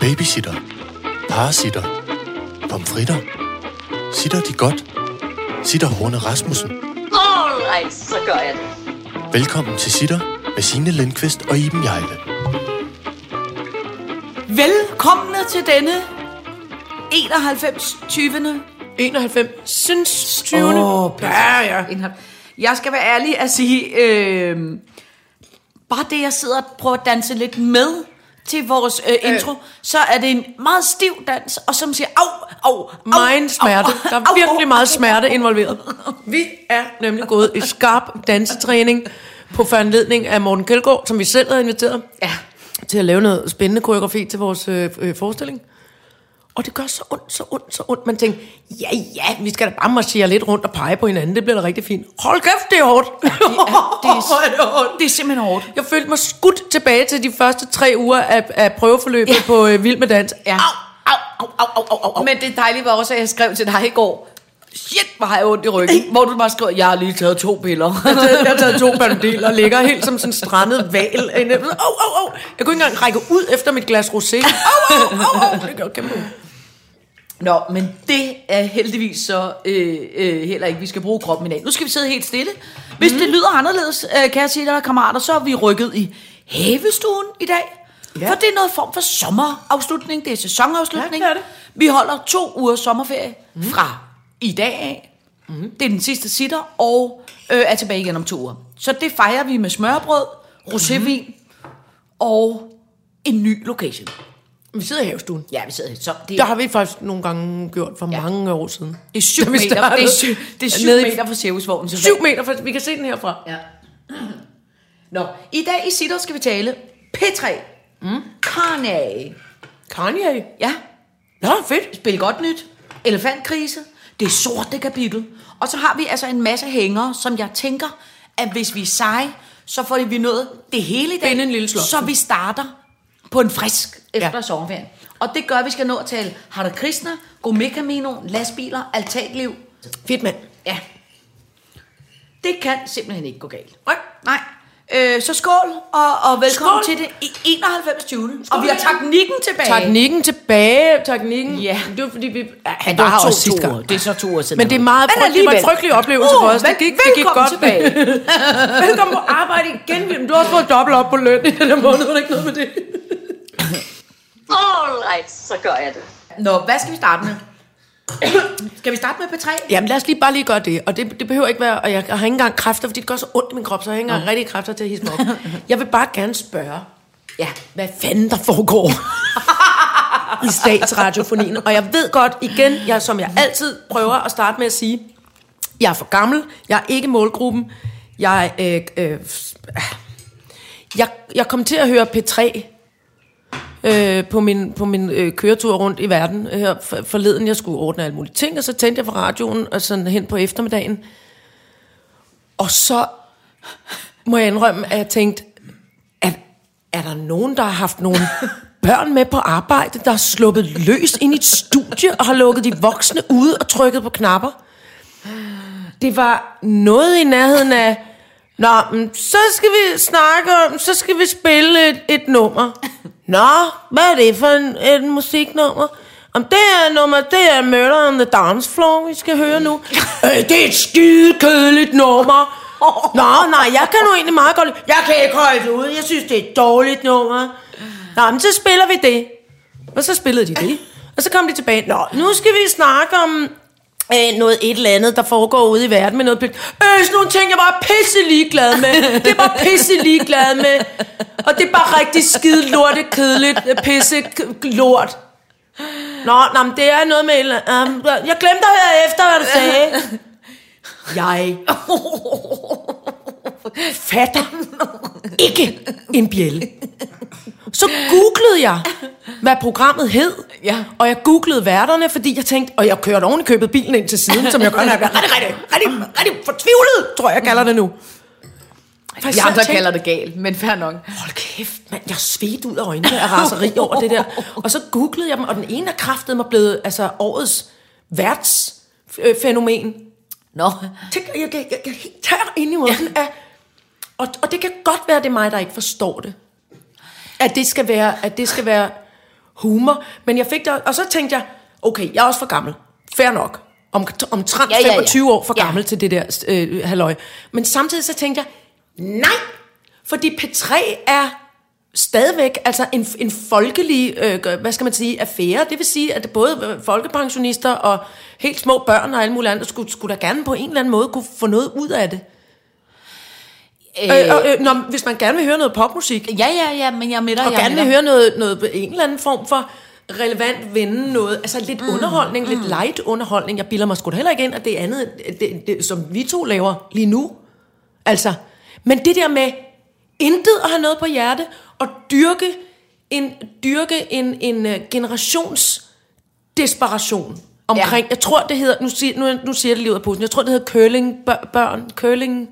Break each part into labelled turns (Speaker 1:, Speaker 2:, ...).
Speaker 1: Babysitter. Parasitter. Pomfritter. Sitter de godt? Sitter Horne Rasmussen.
Speaker 2: Alright, så gør jeg det.
Speaker 1: Velkommen til Sitter med Signe Lindqvist og Iben Jejle.
Speaker 3: Velkomne til denne 91. 20.
Speaker 4: 91. Synes 20.
Speaker 3: Åh,
Speaker 4: ja, ja.
Speaker 3: indhold. Jeg skal være ærlig at sige, øh, bare det, jeg sidder og prøver at danse lidt med til vores øh, intro, øh. så er det en meget stiv dans, og som siger, au, au, au.
Speaker 4: Meget smerte. Der er virkelig meget smerte involveret. Vi er nemlig gået i skarp dansetræning på foranledning af Morten Kjeldgaard, som vi selv havde inviteret
Speaker 3: Ja.
Speaker 4: til at lave noget spændende koreografi til vores øh, øh, forestilling. Og det gør så ondt, så ondt, så ondt. Man tænker, ja, ja, vi skal da bare marchere lidt rundt og pege på hinanden. Det bliver da rigtig fint. Hold kæft, det er hårdt. Ja, det
Speaker 3: det er- Det er simpelthen hårdt.
Speaker 4: Jeg følte mig skudt tilbage til de første tre uger af, af prøveforløbet ja. på øh, Vild med Dans.
Speaker 3: Ja.
Speaker 4: Au!
Speaker 3: au, au, au, au, au, au. Men det dejlige var også, at jeg skrev til dig i går, shit, hvor har jeg ondt i ryggen, hvor du bare skrev, jeg har lige taget to piller.
Speaker 4: Jeg har taget- jeg har taget to bandel og ligger helt som sådan en strandet val. inde. Au, au, au. Jeg kunne ikke engang række ud efter mit glas rosé. Au, au, au, au. Det gør kæmpe ondt.
Speaker 3: Nå, men det er heldigvis så øh, øh, heller ikke, vi skal bruge kroppen i dag. Nu skal vi sidde helt stille. Hvis mm. det lyder anderledes, øh, kan jeg sige dig, kammerater, så er vi rykket i havestuen i dag. Ja.
Speaker 4: Ja.
Speaker 3: For det er noget form for sommerafslutning, det er sæsonafslutning.
Speaker 4: Ja, det er det.
Speaker 3: Vi holder to uger sommerferie mm. fra i dag af. Mm. Det er den sidste sitter, og øh, er tilbage igen om to uger. Så det fejrer vi med smørbrød,
Speaker 4: Mm-hmm.
Speaker 3: rosévin mm. og en ny location.
Speaker 4: Vi sidder i havestuen.
Speaker 3: Ja, vi sidder så det
Speaker 4: Det
Speaker 3: er
Speaker 4: har vi faktisk nogle gange gjort for ja. mange år siden.
Speaker 3: Det er syv
Speaker 4: Da vi
Speaker 3: meter, det er
Speaker 4: startede.
Speaker 3: syv, det er syv
Speaker 4: Nede i-
Speaker 3: meter fra cirkusvognen. Så
Speaker 4: Syv meter, for vi kan se den herfra.
Speaker 3: Ja. Nå, i dag i Sitter skal vi tale P3. Mm. Carnage.
Speaker 4: Kanye.
Speaker 3: Ja,
Speaker 4: Nå, fedt.
Speaker 3: spil godt nyt. Elefantkrise. Det sorte kapitel. Og så har vi altså en masse hængere, som jeg tænker, at hvis vi er seje, så får vi nået det hele i dag.
Speaker 4: Finde en lille slot.
Speaker 3: Så vi starter på en frisk efter ja.
Speaker 4: Ja.
Speaker 3: sommerferien. Og det gør, at vi skal nå at tale Harder Krishna, Gourmet Camino, lastbiler, altanliv.
Speaker 4: Fedt, mand.
Speaker 3: Ja. Det kan simpelthen ikke gå galt.
Speaker 4: Nej.
Speaker 3: Nej. Øh, så skål, og, og velkommen skål.
Speaker 4: Skål.
Speaker 3: til det i- 91. juni. Og vi har teknikken tilbage.
Speaker 4: Teknikken tilbage, teknikken.
Speaker 3: Ja.
Speaker 4: Det var fordi vi... Ja,
Speaker 3: Ja,
Speaker 4: det
Speaker 3: der
Speaker 4: var
Speaker 3: har
Speaker 4: også
Speaker 3: også
Speaker 4: sidste
Speaker 3: to
Speaker 4: gang.
Speaker 3: uger. Det er så to uger siden.
Speaker 4: Men det er meget
Speaker 3: Men
Speaker 4: frygt- det var en
Speaker 3: alligevel.
Speaker 4: frygtelig oplevelse for os. Det
Speaker 3: vel-
Speaker 4: gik- det gik
Speaker 3: velkommen
Speaker 4: godt.
Speaker 3: tilbage.
Speaker 4: Velkommen på arbejde igen, William. Du har også fået dobbelt op på løn i den her måned. Har du ikke noget med det?
Speaker 2: Alright, så gør jeg det.
Speaker 3: Nå, hvad skal vi starte med? skal vi starte med P3?
Speaker 4: Jamen lad os lige bare lige gøre det. Og det, det behøver ikke være... Og jeg har ikke engang kræfter, fordi det gør så ondt i min krop, så jeg har ikke engang rigtige kræfter til at hisse mig op. Jeg vil bare gerne spørge,
Speaker 3: Ja.
Speaker 4: hvad fanden der foregår i statsradiofonien. Og jeg ved godt, igen, jeg, som jeg altid prøver at starte med at sige, jeg er for gammel, jeg er ikke målgruppen, jeg, øh, øh, jeg, jeg kom til at høre P3 øh, på min, på min øh, køretur rundt i verden øh, her for- forleden. Jeg skulle ordne alle mulige ting, og så tændte jeg for radioen og sådan hen på eftermiddagen. Og så må jeg indrømme, at jeg tænkte, er, er der nogen, der har haft nogle børn med på arbejde, der er sluppet løs ind i et studie og har lukket de voksne ude og trykket på knapper? Det var noget i nærheden af, Nå, men så skal vi snakke om, så skal vi spille et, et nummer. Nå, hvad er det for en, et musiknummer? Om det er nummer, det er Murder on the Dance Floor, vi skal høre nu. Øh, det er et skide kedeligt nummer. Nå, nej, jeg kan nu egentlig meget godt lide- Jeg kan ikke holde det ud, jeg synes, det er et dårligt nummer. Nå, men så spiller vi det. Og så spillede de det. Og så kom de tilbage. Nå, nu skal vi snakke om øh, noget et eller andet, der foregår ude i verden med noget pligt. Øh, sådan nogle ting, jeg bare er pisse ligeglad med. Det er bare pisse ligeglad med. Og det er bare rigtig skide lorte, kedeligt, øh, pisse k- lort. Nå, nå, men det er noget med... et eller andet. Øhm, Jeg glemte at høre efter, hvad du sagde. Jeg fatter ikke en bjælle. Så googlede jeg, hvad programmet hed.
Speaker 3: Ja.
Speaker 4: Og jeg googlede værterne, fordi jeg tænkte, og jeg kørte oven i købet bilen ind til siden, som jeg godt har været rigtig, rigtig, rigtig, rigtig fortvivlet, tror jeg, jeg kalder det nu. Faktisk, så
Speaker 3: Jeg andre
Speaker 4: tænkte-
Speaker 3: kalder det galt, men fair nok.
Speaker 4: Hold kæft, mand. Jeg svedte ud af øjnene af raseri over det der. Og så googlede jeg dem, og den ene er kraftet mig blevet altså, årets værtsfænomen.
Speaker 3: Nå.
Speaker 4: Tænk, jeg, jeg, jeg, jeg er helt tør inde i munden af... Og, og det kan godt være, det er mig, der ikke forstår det. at det skal være, at det skal være humor. Men jeg fik det, og så tænkte jeg, okay, jeg er også for gammel. Fair nok. Om, omtrent
Speaker 3: Ja, ja, ja.
Speaker 4: 25 år for
Speaker 3: Ja.
Speaker 4: gammel til det der øh, halløj. Men samtidig så tænkte jeg, nej, fordi P3 er stadigvæk altså en, en folkelig, øh, hvad skal man sige, affære. Det vil sige, at både øh, folkepensionister og helt små børn og alle mulige andre skulle, skulle da gerne på en eller anden måde kunne få noget ud af det. Øh, og, øh, når, hvis man gerne vil høre noget popmusik,
Speaker 3: Ja, ja, ja, men jeg er med dig.
Speaker 4: og
Speaker 3: jeg er
Speaker 4: gerne
Speaker 3: med dig.
Speaker 4: vil høre noget, noget, en eller anden form for relevant vende noget, altså lidt mm, underholdning, mm. lidt light underholdning. Jeg bilder mig sgu da heller ikke ind, at det er andet, det, det, som vi to laver lige nu. Altså, men det der med intet at have noget på hjerte, og dyrke en, dyrke en, en øh, generations desperation omkring, ja. jeg tror det hedder, nu siger, nu, nu siger jeg det lige ud af posen, jeg tror det hedder curling bør, børn, curling,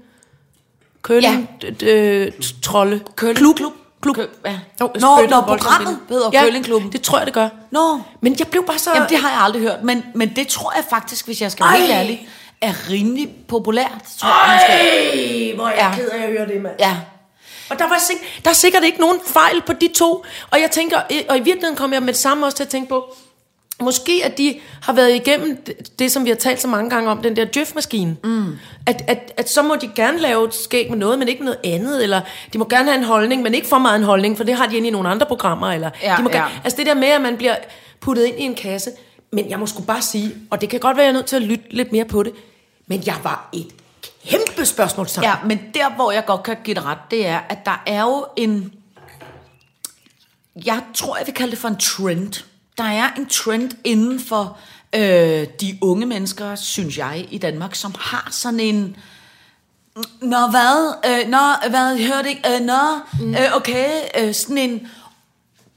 Speaker 4: curling, ja. øh, trolle, curling, klub, klub, klub.
Speaker 3: Kø- ja.
Speaker 4: Jo,
Speaker 3: Nå,
Speaker 4: spøgte
Speaker 3: når
Speaker 4: voldsomt
Speaker 3: programmet
Speaker 4: ind.
Speaker 3: hedder
Speaker 4: ja,
Speaker 3: Curlingklubben.
Speaker 4: det tror jeg, det gør.
Speaker 3: Nå.
Speaker 4: Men jeg blev bare så...
Speaker 3: Jamen, det har jeg aldrig hørt, men, men det tror jeg faktisk, hvis jeg skal være
Speaker 4: Ej.
Speaker 3: helt ærlig, er rimelig populært, tror jeg måske.
Speaker 4: Ej, hvor er jeg
Speaker 3: Ja.
Speaker 4: ked af at høre det, mand.
Speaker 3: Ja.
Speaker 4: Og der, var sik- der er sikkert ikke nogen fejl på de to. Og jeg tænker, og i virkeligheden kom jeg med det samme også til at tænke på, måske at de har været igennem det, det som vi har talt så mange gange om, den der djøf-maskine. Mm. At, at, at så må de gerne lave et skæg med noget, men ikke med noget andet, eller de må gerne have en holdning, men ikke for meget en holdning, for det har de inde i nogle andre programmer. Eller
Speaker 3: Ja,
Speaker 4: de må gerne,
Speaker 3: ja.
Speaker 4: Altså det der med, at man bliver puttet ind i en kasse, men jeg må sgu bare sige, og det kan godt være, at jeg er nødt til at lytte lidt mere på det, men jeg var et kæmpe spørgsmålstegn.
Speaker 3: ja, men der, hvor jeg godt kan give dig ret, det er, at der er jo en... Jeg tror, jeg vil kalde det for en trend. Der er en trend inden for øh, de unge mennesker, synes jeg, i Danmark, som har sådan en... Nå, hvad? Øh, nå, hvad? Hørte ikke? Øh, nå, øh, okay. Øh, sådan en,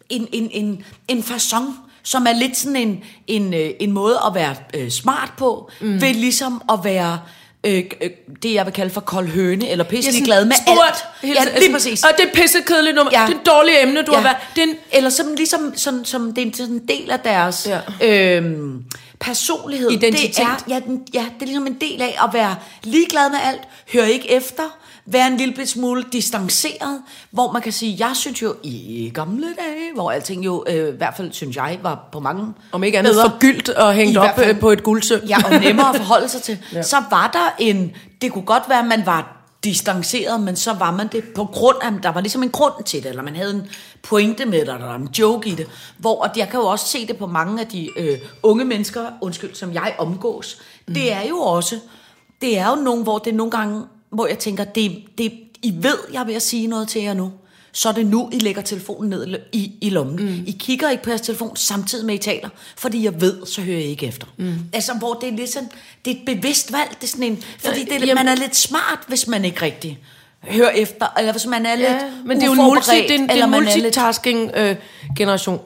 Speaker 3: en, en, en, en façon, som er lidt sådan en, en, øh, en måde at være øh, smart på, mm. ved ligesom at være... Øh, øh, det jeg vil kalde for kold høne Eller pisselig glad med
Speaker 4: spurgt
Speaker 3: alt
Speaker 4: hele tiden.
Speaker 3: Ja lige præcis
Speaker 4: Og det er pisse kedeligt nummer.
Speaker 3: Ja.
Speaker 4: Ja. Det er et dårligt emne, du ja. har været. Det er en,
Speaker 3: Eller som, ligesom, som, som det er en sådan en del af deres ja. øhm, personlighed. Det
Speaker 4: Identitet.
Speaker 3: er, ja, den, ja, det er ligesom en del af at være ligeglad med alt, høre ikke efter, være en lille bit smule distanceret, hvor man kan sige, jeg synes jo i gamle dage, hvor alting jo, øh, i hvert fald synes jeg, var på mange
Speaker 4: om ikke andet
Speaker 3: bedre-
Speaker 4: forgyldt og hængt
Speaker 3: I
Speaker 4: op
Speaker 3: hvert fald-
Speaker 4: øh, på et guldsøm.
Speaker 3: Ja, og nemmere at forholde sig til. ja. Så var der en, det kunne godt være, at man var distanceret, men så var man det på grund af, der var ligesom en grund til det, eller man havde en pointe med det, eller der var en joke i det, hvor, og jeg kan jo også se det på mange af de øh, unge mennesker, undskyld, som jeg omgås, mm. det er jo også, det er jo nogen, hvor det er nogle gange, hvor jeg tænker, det, det, I ved, jeg er ved at sige noget til jer nu, så er det nu, I lægger telefonen ned i l- i, i lommen. Mm. I kigger ikke på jeres telefon samtidig med, I taler, fordi jeg ved, så hører I ikke efter. Mm. Altså, hvor det er ligesom, det er et bevidst valg, det er sådan en, fordi det, er- man er lidt smart, hvis man ikke rigtig hører efter, eller hvis man er lidt
Speaker 4: Ja, men det er jo en, multi, det er en, det er en multitasking-generation.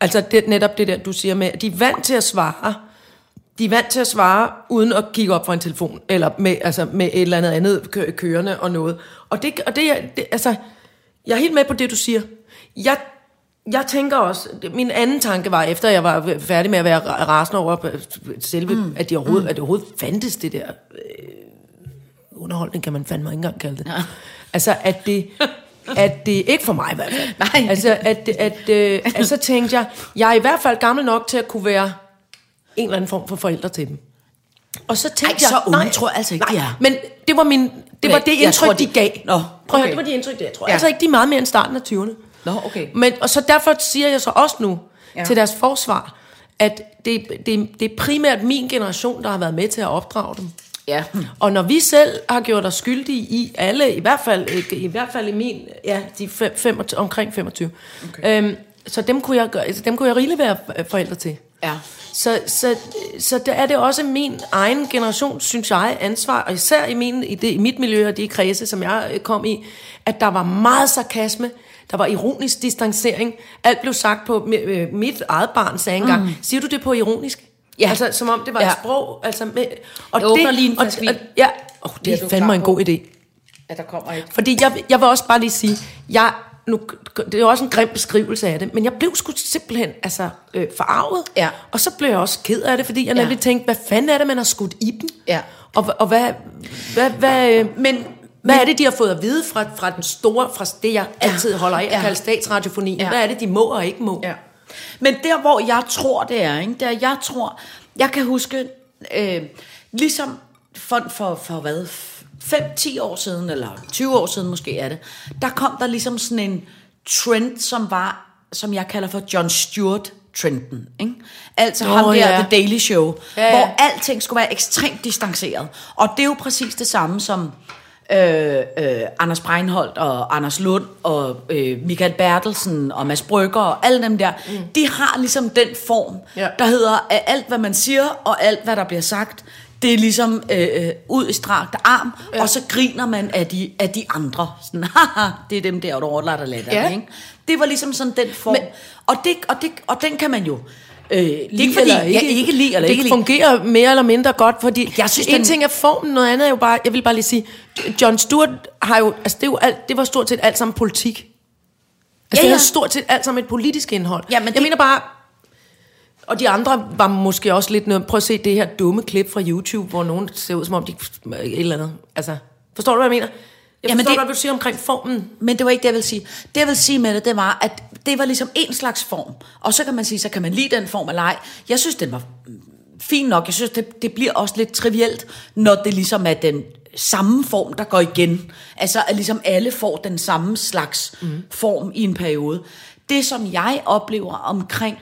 Speaker 4: altså det, netop det der, du siger med, at de er vant til at svare. De er vant til at svare, uden at kigge op fra en telefon, eller med, altså med et eller andet andet kø- kørende og noget. Og, det, og det, er- det, altså, jeg er helt med på det, du siger. Jeg, jeg tænker også, min anden tanke var, efter jeg var færdig med at være rasende over øh, selve, mm. at, de overhovedet, mm. at det overhovedet fandtes det der øh, underholdning kan man fandme ikke engang kalde det. Ja. Altså, at det, at det ikke for mig i hvert fald.
Speaker 3: Nej.
Speaker 4: Altså, at, det- at, øh, at så tænkte jeg, jeg er i hvert fald gammel nok til at kunne være en eller anden form for forældre til dem. Og så tænkte
Speaker 3: Ej, så
Speaker 4: jeg,
Speaker 3: unge tror jeg altså ikke,
Speaker 4: nej,
Speaker 3: de er.
Speaker 4: Men det var, min, det, var
Speaker 3: Nej,
Speaker 4: det
Speaker 3: jeg
Speaker 4: indtryk,
Speaker 3: tror,
Speaker 4: de
Speaker 3: de-
Speaker 4: gav.
Speaker 3: Nå,
Speaker 4: Prøv at høre,
Speaker 3: okay.
Speaker 4: det var de indtryk, det jeg tror.
Speaker 3: Ja.
Speaker 4: Ja. Altså ikke de er meget mere end starten af 20'erne.
Speaker 3: Nå, okay.
Speaker 4: Men, og så derfor siger jeg så også nu,
Speaker 3: Ja.
Speaker 4: ja. til deres forsvar, at det, det, det er primært min generation, der har været med til at opdrage dem.
Speaker 3: Ja.
Speaker 4: Og når vi selv har gjort os skyldige i alle, i hvert fald, ikke, i, hvert fald i min, ja, de fem, fem, omkring 25, okay. øhm, så dem kunne jeg, gøre- altså, dem kunne jeg rigeligt være øh, forældre til.
Speaker 3: Ja.
Speaker 4: Så, så, så der er det også min egen generation, synes jeg, ansvar, og især i, min, i, det, i mit miljø og de kredse, som jeg øh, kom i, at der var meget sarkasme, der var ironisk distancering. Alt blev sagt på, mi- øh, mit eget barn sagde engang, mm. siger du det på ironisk?
Speaker 3: Ja.
Speaker 4: Altså, som om det var ja.
Speaker 3: Ja.
Speaker 4: et sprog. Altså med, og
Speaker 3: Jeg åbner lige en
Speaker 4: og,
Speaker 3: flaske
Speaker 4: og,
Speaker 3: vin.
Speaker 4: ja. oh,
Speaker 3: Det er
Speaker 4: det
Speaker 3: du
Speaker 4: er fandme
Speaker 3: klar
Speaker 4: en
Speaker 3: på.
Speaker 4: god idé.
Speaker 3: At der kommer et...
Speaker 4: Fordi jeg, jeg vil også bare lige sige, jeg, nu, det er jo også en grim beskrivelse af det, men jeg blev sgu simpelthen altså, øh, forarvet.
Speaker 3: Ja.
Speaker 4: Og så blev jeg også ked af det, fordi jeg
Speaker 3: Ja.
Speaker 4: nemlig tænkte, hvad fanden er det, man har skudt i dem?
Speaker 3: Ja.
Speaker 4: Og, hva- og hvad, hvad, hvad, øh,
Speaker 3: Men
Speaker 4: Hvad er det, de har fået at vide fra, fra den store, fra det, jeg altid holder af at
Speaker 3: Ja.
Speaker 4: kalde statsradiofonien?
Speaker 3: Ja.
Speaker 4: Hvad er det, de må og ikke må?
Speaker 3: Ja. Men der, hvor jeg tror, det er, ikke? der jeg tror, jeg kan huske, øh, ligesom for, for, for hvad, 5-10 år siden, eller 20 år siden måske er det, der kom der ligesom sådan en trend, som var, som jeg kalder for John Stewart trenden, ikke? Altså oh, ham der,
Speaker 4: ja.
Speaker 3: ja. The Daily Show, ja,
Speaker 4: ja.
Speaker 3: ja. hvor alting skulle være ekstremt distanceret. Og det er jo præcis det samme som øh, øh, Anders Breinholt og Anders Lund og øh, Michael Bertelsen og Mads Brygger og alle dem der, mm. de har ligesom den form,
Speaker 4: Ja.
Speaker 3: ja. der hedder, at alt hvad man siger og alt hvad der bliver sagt, det er ligesom øh, øh, ud i strakt arm, ja. og så griner man af de, af de andre. Sådan, haha, det er dem der, der overlader latter,
Speaker 4: Ja.
Speaker 3: ja. ikke? Det var ligesom sådan den form. Men, og, det, og, det, og den kan man jo øh, lide
Speaker 4: Det er ikke fordi,
Speaker 3: eller ikke, ikke lide eller
Speaker 4: det
Speaker 3: ikke lide.
Speaker 4: fungerer mere eller mindre godt, fordi jeg
Speaker 3: Jeg synes,
Speaker 4: synes, en
Speaker 3: den-
Speaker 4: ting er formen, noget andet er jo bare, jeg vil bare lige sige, John Stewart har jo, altså det, er jo alt, det var stort set alt sammen politik. Altså
Speaker 3: Ja,
Speaker 4: ja, det
Speaker 3: ja.
Speaker 4: havde stort set alt sammen et politisk indhold.
Speaker 3: Ja, men
Speaker 4: jeg
Speaker 3: det-
Speaker 4: mener bare, og de andre var måske også lidt noget, prøv at se det her dumme klip fra YouTube, hvor nogen ser ud som om de et eller andet, altså, forstår du hvad jeg mener? Jeg
Speaker 3: Jamen,
Speaker 4: forstår
Speaker 3: det-
Speaker 4: godt, hvad du siger omkring formen.
Speaker 3: Men det var ikke det, jeg ville sige. Det, jeg ville sige med det, det var, at det var ligesom en slags form. Og så kan man sige, så kan man lide den form eller ej. Jeg synes, den var mm, fin nok. Jeg synes, det, det bliver også lidt trivielt, når det ligesom er den samme form, der går igen. Altså, at ligesom alle får den samme slags mm. form i en periode. Det, som jeg oplever omkring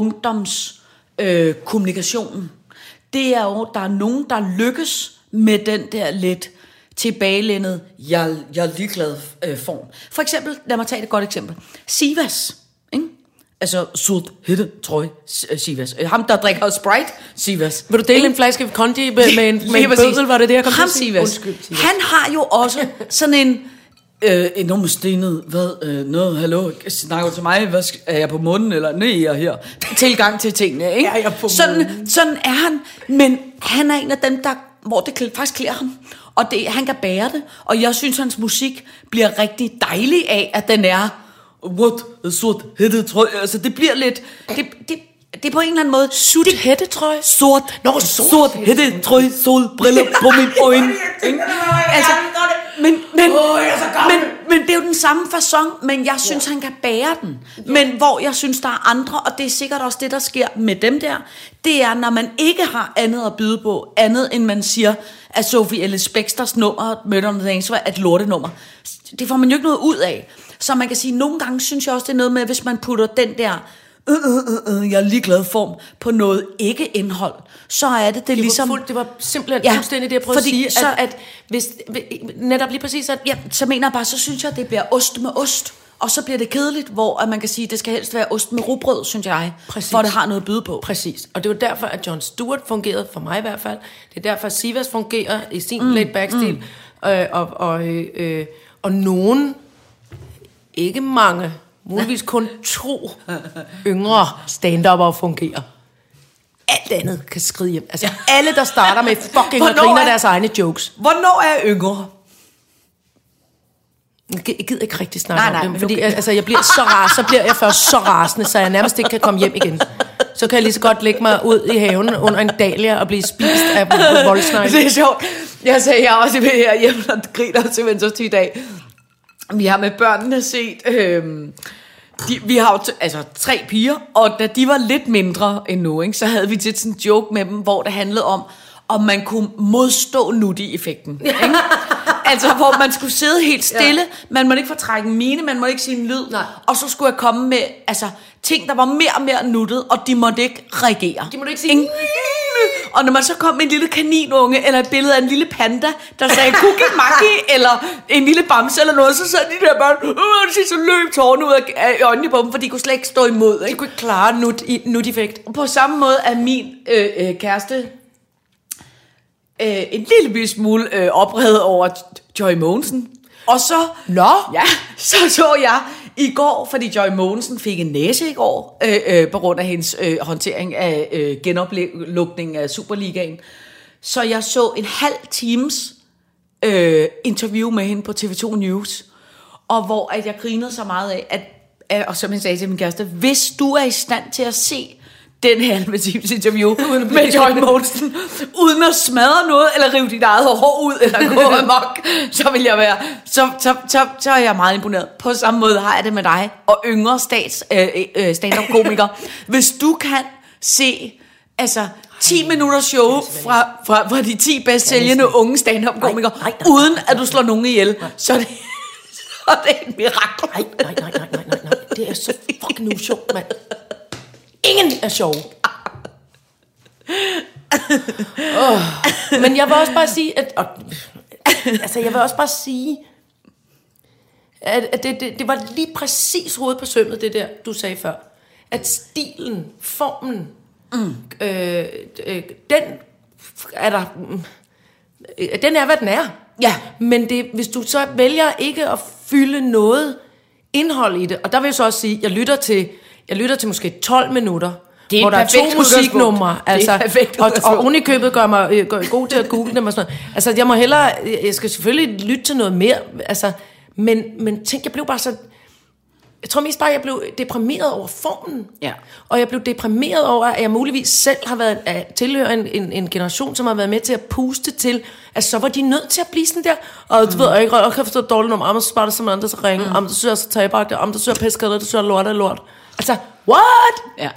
Speaker 3: ungdoms øh, kommunikationen, det er jo, der er nogen, der lykkes med den der lidt tilbagelændet, jeg, jeg er ligeglad øh, form. For eksempel, lad mig tage et godt eksempel. Sivas, ikke? Altså, sult, hitte, trøj, S- øh, Sivas. Øh, Ham, der drikker Sprite, Sivas.
Speaker 4: Vil du dele en flaske Condi med, med en,
Speaker 3: Lige
Speaker 4: med en
Speaker 3: præcis.
Speaker 4: bødel, var det det, jeg kom
Speaker 3: Ham,
Speaker 4: til at sige?
Speaker 3: Sivas.
Speaker 4: Undskyld, Sivas.
Speaker 3: Han har jo også sådan en... Øh, enormt stenet, hvad, øh, noget, hallo, snakker du til mig, hvad, sk- er jeg på munden, eller nej, jeg er her, tilgang til tingene, ikke?
Speaker 4: Er jeg på
Speaker 3: sådan, sådan er han, men han er en af dem, der, hvor det klæ- faktisk klæder ham, og det, han kan bære det, og jeg synes, hans musik bliver rigtig dejlig af, at den er, what, sort, hættet, tror jeg, altså det bliver lidt, det, det, det er på en eller anden måde, sut,
Speaker 4: hættetrøje?
Speaker 3: sort,
Speaker 4: Nå,
Speaker 3: Nå,
Speaker 4: sort.
Speaker 3: sort, sort hætte, trøj, solbriller på min øjne. ikke? altså, men, men, men, men det er jo den samme façon, men jeg synes, han kan bære den. Men hvor jeg synes, der er andre, og det er sikkert også det, der sker med dem der, det er, når man ikke har andet at byde på, andet end man siger, at Sophie Ellis Bexters nummer, Murder on the Dance Floor, er et lortenummer. Det får man jo ikke noget ud af. Så man kan sige, nogle gange synes jeg også, det er noget med, hvis man putter den der øh, øh, øh, øh, jeg er ligeglad form på noget ikke-indhold, så er det det,
Speaker 4: Det,
Speaker 3: ligesom...
Speaker 4: ligesom, var fuld, det var simpelthen ja,
Speaker 3: Ja,
Speaker 4: fuldstændig det, jeg prøvede at
Speaker 3: fordi
Speaker 4: sige.
Speaker 3: så-
Speaker 4: Så, at, at hvis, netop lige præcis, at ja,
Speaker 3: ja, så mener jeg bare, så synes jeg, det bliver ost med ost. Og så bliver det kedeligt, hvor at man kan sige, det skal helst være ost med rugbrød, synes jeg.
Speaker 4: Præcis.
Speaker 3: For det har noget at byde på.
Speaker 4: præcis. Og det var derfor, at John Stewart fungerede, for mig i hvert fald. Det er derfor, at Sivas fungerer i sin mm, laid back stil. Mm. Øh, og, og, øh, øh, og nogen, ikke mange, muligvis kun to yngre stand-up'ere fungerer. Alt andet kan skride hjem. Altså alle, der starter med fucking og
Speaker 3: Hvornår
Speaker 4: griner
Speaker 3: er-
Speaker 4: deres egne jokes.
Speaker 3: Hvornår er jeg yngre?
Speaker 4: Jeg gi- jeg gider ikke rigtig snakke
Speaker 3: Nej,
Speaker 4: nej,
Speaker 3: nej,
Speaker 4: nej, om det,
Speaker 3: men
Speaker 4: fordi
Speaker 3: okay.
Speaker 4: jeg, altså, jeg bliver så ras, så bliver jeg først så rasende, så jeg nærmest ikke kan komme hjem igen. Så kan jeg lige så godt lægge mig ud i haven under en dahlia og blive spist af voldsnegle.
Speaker 3: Det er sjovt. Jeg sagde, jeg er også ved her hjemme, og griner simpelthen så tit i dag. Vi har med børnene set... Øh, de, vi har jo t- altså, tre piger, og da de var lidt mindre end nu, ikke, så havde vi tit sådan en joke med dem, hvor det handlede om, om man kunne modstå nutti-effekten. Ikke? altså, hvor man skulle sidde helt stille, ja. man må ikke fortrække en mine, man må ikke sige en lyd,
Speaker 4: Nej.
Speaker 3: og så skulle jeg komme med altså, ting, der var mere og mere nuttet, og de måtte ikke reagere.
Speaker 4: De måtte ikke sige,
Speaker 3: Og når man så kom med en lille kaninunge, eller et billede af en lille panda, der sagde cookie monkey, eller en lille bamse eller noget, så sad de der børn, øh, og til sidst så løb tårerne ud af- af øjnene på dem, for de kunne slet ikke stå imod.
Speaker 4: Jeg
Speaker 3: Ikke?
Speaker 4: kunne ikke klare nut, i, nut effekt.
Speaker 3: På samme måde er min øh, øh, kæreste øh, en lille bit smule øh, oprevet over Joy Mogensen. Og så...
Speaker 4: Nå.
Speaker 3: Ja, så så jeg i går, fordi Joy Mogensen fik en næse i går, øh, øh, på grund af hendes øh, håndtering af øh, genoplukningen af Superligaen. Så jeg så en halv times øh, interview med hende på TV2 News, og hvor at jeg grinede så meget af, at, at, og som jeg sagde til min kæreste, hvis du er i stand til at se den halve times interview med Joy Monsen, uden at smadre noget, eller rive dit eget hår ud, eller gå amok, så vil jeg være, så, så, så, så er jeg meget imponeret. På samme måde har jeg det med dig, og yngre stats, øh, øh, stand-up-komiker. Hvis du kan se altså 10 minutters show fra, fra, fra de 10 bedst sælgende unge stand-up-komikere,
Speaker 4: Nej, nej, nej,
Speaker 3: uden at du slår nogen ihjel, så er det, så er det et mirakel.
Speaker 4: Nej, nej, nej, nej, nej, nej, nej. Det er så fucking usjovt, mand. Ingen er sjov. Oh. Men jeg vil også bare sige, at... Og, altså, jeg vil også bare sige, at, at det, det, det var lige præcis hovedet på sømmet, det der, du sagde før. At stilen, formen, mm. øh, øh, den er der... mm, øh, Den er, hvad den er.
Speaker 3: Ja.
Speaker 4: Men det, hvis du så vælger ikke at fylde noget indhold i det, og der vil jeg så også sige, jeg lytter til, jeg lytter til måske 12 minutter,
Speaker 3: Det er
Speaker 4: hvor
Speaker 3: et
Speaker 4: der er
Speaker 3: perfekt
Speaker 4: to musiknumre,
Speaker 3: udgangspunkt. Det er
Speaker 4: altså,
Speaker 3: et perfekt
Speaker 4: og, og
Speaker 3: udgangspunkt.
Speaker 4: oven i købet gør mig øh, gør, god til at google dem og sådan noget. Altså, jeg må hellere, jeg skal selvfølgelig lytte til noget mere, altså, men, men tænk, jeg blev bare så, jeg tror mest bare, jeg blev deprimeret over formen.
Speaker 3: Ja.
Speaker 4: Og jeg blev deprimeret over, at jeg muligvis selv har været at tilhøre en, en, en generation, som har været med til at puste til, at så var de nødt til at blive sådan der. Og du ved, jeg ikke, og jeg kan forstå dårligt om, om så bare der som andre så ringe, mm. om det søger så tabagtigt, om det søger pæskadret, det søger lort af lort. Altså, what?
Speaker 3: Ja.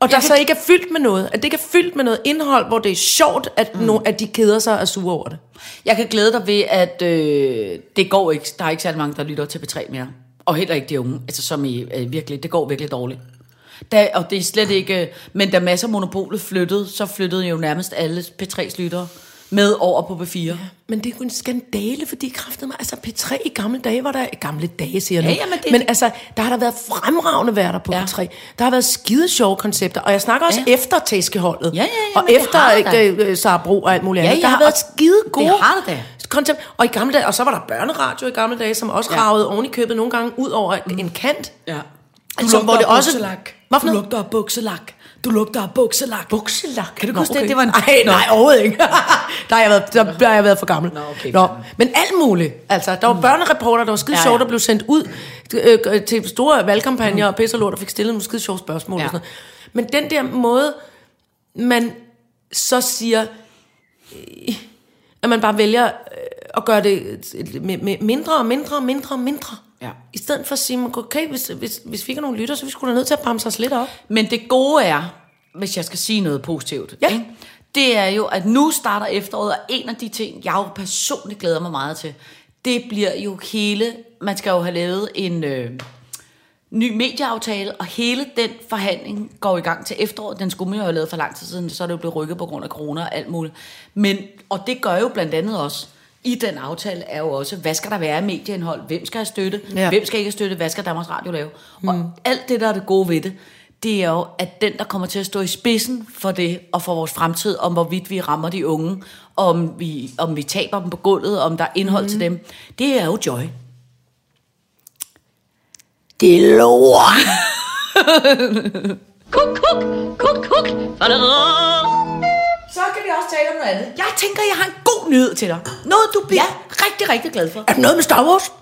Speaker 4: Og der så ikke er fyldt med noget. At det ikke er fyldt med noget indhold, hvor det er sjovt, at, mm. no, at de keder sig og er sure over det.
Speaker 3: Jeg kan glæde dig ved, at øh, det går ikke. Der er ikke særlig mange, der lytter til P3 mere. Og heller ikke de unge. Altså, som i, øh, virkelig, det går virkelig dårligt. Da, og det er slet ikke... Men da masser af monopolet flyttede, så flyttede jo nærmest alle P3's lyttere med over på P4. Ja.
Speaker 4: Men det er jo en skandale, fordi kræftede mig, altså P3 i gamle dage var der, gamle dage siger jeg
Speaker 3: Ja,
Speaker 4: nu,
Speaker 3: ja, men det-
Speaker 4: men altså, der har der været fremragende værter på
Speaker 3: Ja.
Speaker 4: ja. P3, der har været skide sjove koncepter, og jeg snakker også
Speaker 3: Ja.
Speaker 4: ja. efter tæskeholdet,
Speaker 3: Ja, ja, ja,
Speaker 4: og
Speaker 3: men det
Speaker 4: efter
Speaker 3: har der da.
Speaker 4: øh, øh, Sara Bro og alt muligt
Speaker 3: Ja,
Speaker 4: andet,
Speaker 3: ja,
Speaker 4: der har
Speaker 3: og
Speaker 4: været skide gode
Speaker 3: det har der da.
Speaker 4: koncepter, og i gamle dage, og så var der børneradio i gamle dage, som også
Speaker 3: Ja.
Speaker 4: ja. ragede oven i købet nogle gange ud over mm. en kant,
Speaker 3: ja.
Speaker 4: Altså, hvor det også- Hvad for
Speaker 3: Du
Speaker 4: noget?
Speaker 3: lugter af bukselak. Du lugter af bukselak.
Speaker 4: Bukselak.
Speaker 3: Kan du
Speaker 4: Nå,
Speaker 3: huske det?
Speaker 4: okay.
Speaker 3: Det var en-
Speaker 4: Ej,
Speaker 3: Nå.
Speaker 4: nej, overhovedet ikke. der, har jeg været, der, der har jeg været for gammel.
Speaker 3: Nå, okay,
Speaker 4: Nå.
Speaker 3: fandme.
Speaker 4: Men alt muligt. Altså, der var børnereporter, der var skide
Speaker 3: Ja,
Speaker 4: ja,
Speaker 3: ja.
Speaker 4: sjovt, der blev sendt ud øh, øh, til store valgkampagner, mm. og pisse og lort, og fik stillet nogle skide sjove spørgsmål.
Speaker 3: Ja.
Speaker 4: Ja. Og sådan noget. Men den der måde, man så siger, øh, at man bare vælger øh, at gøre det øh, med, med mindre og mindre og mindre og mindre.
Speaker 3: Ja.
Speaker 4: I stedet for at sige, okay, hvis, hvis, hvis vi ikke har nogen lytter, så er vi skulle da nødt til at bremse os lidt op.
Speaker 3: Men det gode er, hvis jeg skal sige noget positivt,
Speaker 4: Ja.
Speaker 3: ikke? det er jo, at nu starter efteråret, og en af de ting, jeg jo personligt glæder mig meget til, det bliver jo hele, man skal jo have lavet en øh, ny medieaftale, og hele den forhandling går i gang til efteråret. Den skulle man jo have lavet for lang tid siden, så er det jo blevet rykket på grund af corona og alt muligt. Men, og det gør jo blandt andet også, i den aftale er jo også, hvad skal der være af medieindhold? Hvem skal have støtte?
Speaker 4: Ja.
Speaker 3: Hvem skal ikke have støtte? Hvad skal Danmarks Radio lave? Mm. Og alt det, der er det gode ved det, det er jo, at den, der kommer til at stå i spidsen for det, og for vores fremtid, om hvorvidt vi rammer de unge, om vi, om vi taber dem på gulvet, om der er indhold mm. til dem, det er jo Joy.
Speaker 4: Det er lort.
Speaker 2: Kuk, kuk, kuk, kuk.
Speaker 3: Så kan vi også tale om noget andet. Jeg tænker, jeg har en god nyhed til dig. Noget, du bliver ja. rigtig, rigtig glad for.
Speaker 4: Er det noget med Star Wars?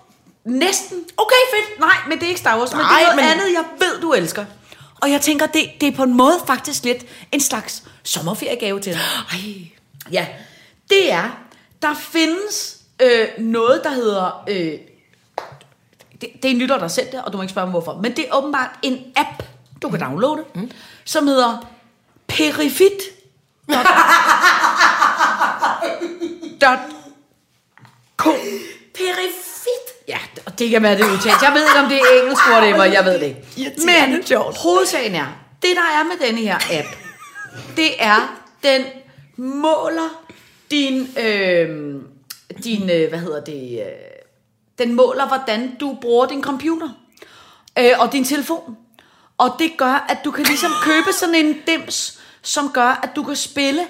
Speaker 3: Næsten. Okay, fedt. Nej, men det er ikke Star Wars, men det
Speaker 4: Nej,
Speaker 3: er noget men...
Speaker 4: men-
Speaker 3: andet, jeg ved, du elsker. Og jeg tænker, det, det er på en måde faktisk lidt en slags sommerferiegave til dig. Ej. Ja, det er, der findes øh, noget, der hedder... Øh, det, det er en lytter, der har sendt det, og du må ikke spørge mig, hvorfor. Men det er åbenbart en app, du kan downloade, mm. som hedder Perifit. dot com. Perifit. Ja, og det kan være det udtalt. Jeg ved ikke, om det er engelsk, whatever, jeg ved det ikke.
Speaker 4: Irriterende
Speaker 3: Men hovedsagen er, det der er med denne her app, det er, den måler din, øh, din øh, hvad hedder det, øh, den måler, hvordan du bruger din computer øh, og din telefon. Og det gør, at du kan ligesom købe sådan en dims, som gør, at du kan spille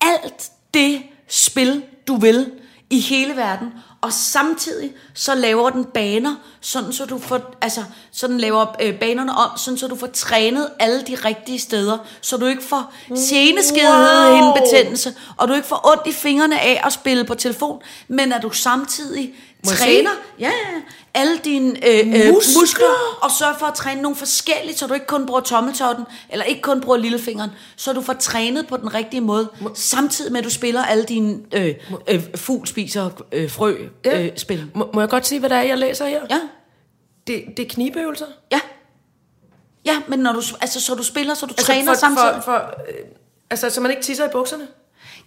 Speaker 3: alt det spil, du vil i hele verden. Og samtidig så laver den baner, sådan så du får, altså, så den laver øh, banerne om, sådan så du får trænet alle de rigtige steder, så du ikke får seneskede wow.
Speaker 4: Wow.
Speaker 3: hindebetændelse, og du ikke får ondt i fingrene af at spille på telefon, men at du samtidig
Speaker 4: Må jeg se?
Speaker 3: træner, ja, ja, ja. alle dine øh, øh,
Speaker 4: Muskler?
Speaker 3: muskler. og sørg for at træne nogle forskellige, så du ikke kun bruger tommeltotten, eller ikke kun bruger lillefingeren, så du får trænet på den rigtige måde, samtidig med at du spiller alle dine øh, øh, fuglspiser øh, frø
Speaker 4: Ja.
Speaker 3: øh, spil.
Speaker 4: Må, må jeg godt sige, hvad der er, jeg læser her?
Speaker 3: Ja,
Speaker 4: Det, det er knibøvelser.
Speaker 3: ja. Ja, men når du, altså, så du spiller, så du
Speaker 4: Altså,
Speaker 3: altså, træner
Speaker 4: for,
Speaker 3: samtidig.
Speaker 4: For, for, øh, altså, så man ikke tisser i bukserne.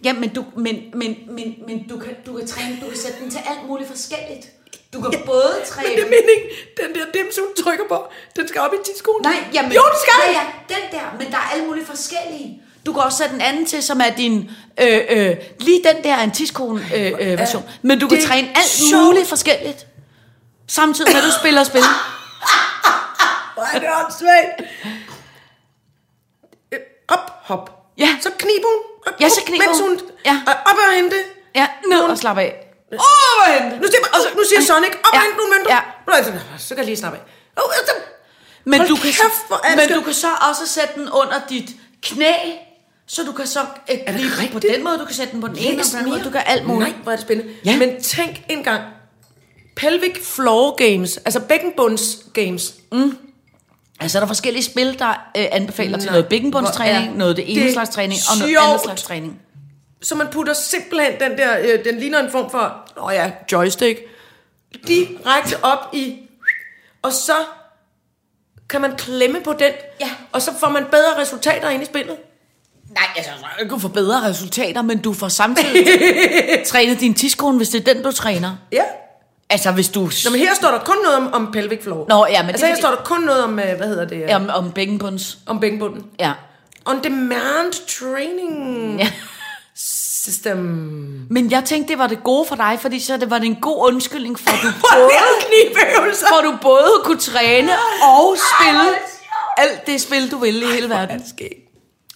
Speaker 3: Ja, men du, men, men, men, men du, kan, du kan træne, du kan sætte den til alt muligt forskelligt. Du kan ja, både træne...
Speaker 4: Men det er meningen, den der dims, hun trykker på, den skal op i tidskolen.
Speaker 3: Nej, jamen,
Speaker 4: Jo, den skal!
Speaker 3: Ja, ja, den der, men der er alle mulige forskellige. Du kan også sætte den anden til, som er din... Øh, øh, lige den der er en tidskone øh, øh, version. Men du kan
Speaker 4: det er
Speaker 3: træne alt
Speaker 4: sjovt.
Speaker 3: muligt forskelligt. Samtidig med, at du spiller spil.
Speaker 4: Hvor er det åndssvagt. Øh, Op, hop.
Speaker 3: Ja.
Speaker 4: Så kniber hun. Op,
Speaker 3: Ja, så
Speaker 4: op,
Speaker 3: kniber
Speaker 4: mens
Speaker 3: hun. Ja.
Speaker 4: Og op og hente.
Speaker 3: Ja, ned og slap af.
Speaker 4: Op og hente. Nu siger, og så, nu siger Sonic, op og
Speaker 3: Ja.
Speaker 4: hente nogle mønter.
Speaker 3: Ja.
Speaker 4: Nu er jeg sådan, "Nå, altså, Så kan jeg lige snappe af. Oh, altså,
Speaker 3: Men,
Speaker 4: Hold
Speaker 3: du kan,
Speaker 4: kæft, hvor er det
Speaker 3: men
Speaker 4: skønt.
Speaker 3: du kan så også sætte den under dit knæ, så du kan så øh,
Speaker 4: det
Speaker 3: lige på
Speaker 4: rigtigt?
Speaker 3: den måde, du kan sætte den på den ene, og
Speaker 4: Læs
Speaker 3: på den anden måde,
Speaker 4: mere.
Speaker 3: du kan alt muligt.
Speaker 4: Nej, hvor er det spændende.
Speaker 3: Ja.
Speaker 4: Men tænk engang. Pelvic floor games, altså bækkenbunds games.
Speaker 3: Altså, der er forskellige spil, der øh, anbefaler til
Speaker 4: Nej,
Speaker 3: noget bækkenbundstræning,
Speaker 4: hvor er
Speaker 3: noget det ene
Speaker 4: det
Speaker 3: slags træning, og noget
Speaker 4: sjovt.
Speaker 3: andet slags træning.
Speaker 4: Så man putter simpelthen den der, øh, den ligner en form for, åh oh ja, joystick, direkte op i, og så kan man klemme på den,
Speaker 3: Ja.
Speaker 4: og så får man bedre resultater ind i spillet.
Speaker 3: Nej, altså, du kan få bedre resultater, men du får samtidig trænet din tidskone, hvis det er den, du træner.
Speaker 4: Ja.
Speaker 3: Altså, hvis du...
Speaker 4: Nå, men her står der kun noget om, om pelvic floor.
Speaker 3: Nå, ja, men
Speaker 4: altså,
Speaker 3: det er
Speaker 4: her
Speaker 3: fordi-
Speaker 4: står der kun noget om, øh, hvad hedder det, ja.
Speaker 3: Om, om bækkenbunds.
Speaker 4: om bækkenbunden.
Speaker 3: Ja.
Speaker 4: On-demand training
Speaker 3: ja.
Speaker 4: system.
Speaker 3: Men jeg tænkte, det var det gode for dig, fordi så det var det en god undskyldning for, at du
Speaker 4: Hvor
Speaker 3: både,
Speaker 4: er knibøvelser?
Speaker 3: for at du både kunne træne og spille alt det spil, du vil i hele verden.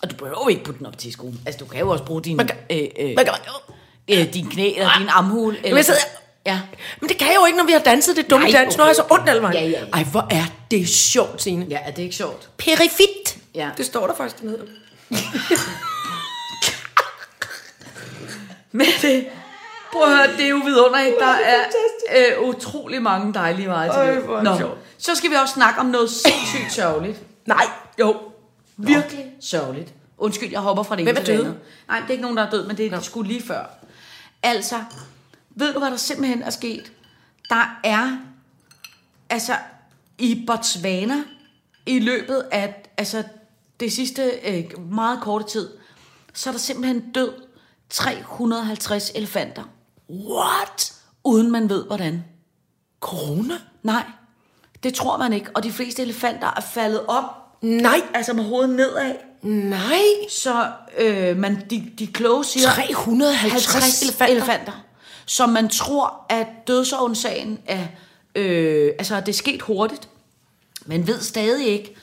Speaker 3: Og du behøver jo ikke putte den op til skoen. Altså, du kan jo også bruge din,
Speaker 4: Man kan-
Speaker 3: øh, øh,
Speaker 4: Man kan,
Speaker 3: øh, din knæ eller din armhul. Eller,
Speaker 4: jeg sidder-
Speaker 3: ja.
Speaker 4: men det kan jeg jo ikke, når vi har danset det dumme
Speaker 3: Nej,
Speaker 4: dans. Nu har jeg så
Speaker 3: okay.
Speaker 4: ondt alle vejen.
Speaker 3: Ja, ja, ja.
Speaker 4: Ej, hvor er det sjovt, Signe.
Speaker 3: ja, er det ikke sjovt?
Speaker 4: Perifit.
Speaker 3: Ja.
Speaker 4: Det står der faktisk ned.
Speaker 3: Men det, prøv at høre, det er jo vidunderligt. Der er øh, utrolig mange dejlige veje til
Speaker 4: Øj,
Speaker 3: det.
Speaker 4: hvor er det sjovt.
Speaker 3: så skal vi også snakke om noget sindssygt sørgeligt.
Speaker 4: Nej.
Speaker 3: Jo, virkelig sørgeligt. Undskyld, jeg hopper fra det ene
Speaker 4: Hvem er
Speaker 3: til det
Speaker 4: død?
Speaker 3: andet. Nej, det er ikke nogen, der er død, men det er skulle lige før. Altså, ved du, hvad der simpelthen er sket? Der er, altså, i Botswana, i løbet af, altså, det sidste øh, meget korte tid, så er der simpelthen død 350 elefanter,
Speaker 4: What?
Speaker 3: uden man ved hvordan.
Speaker 4: Corona?
Speaker 3: Nej, det tror man ikke, og de fleste elefanter er faldet om,
Speaker 4: Nej.
Speaker 3: altså med hovedet nedad,
Speaker 4: Nej.
Speaker 3: Så øh, man, de, de kloge siger
Speaker 4: 350
Speaker 3: 50 elefanter. elefanter, som man tror, at dødsårsagen er, øh, altså at det er sket hurtigt. Man ved stadig ikke,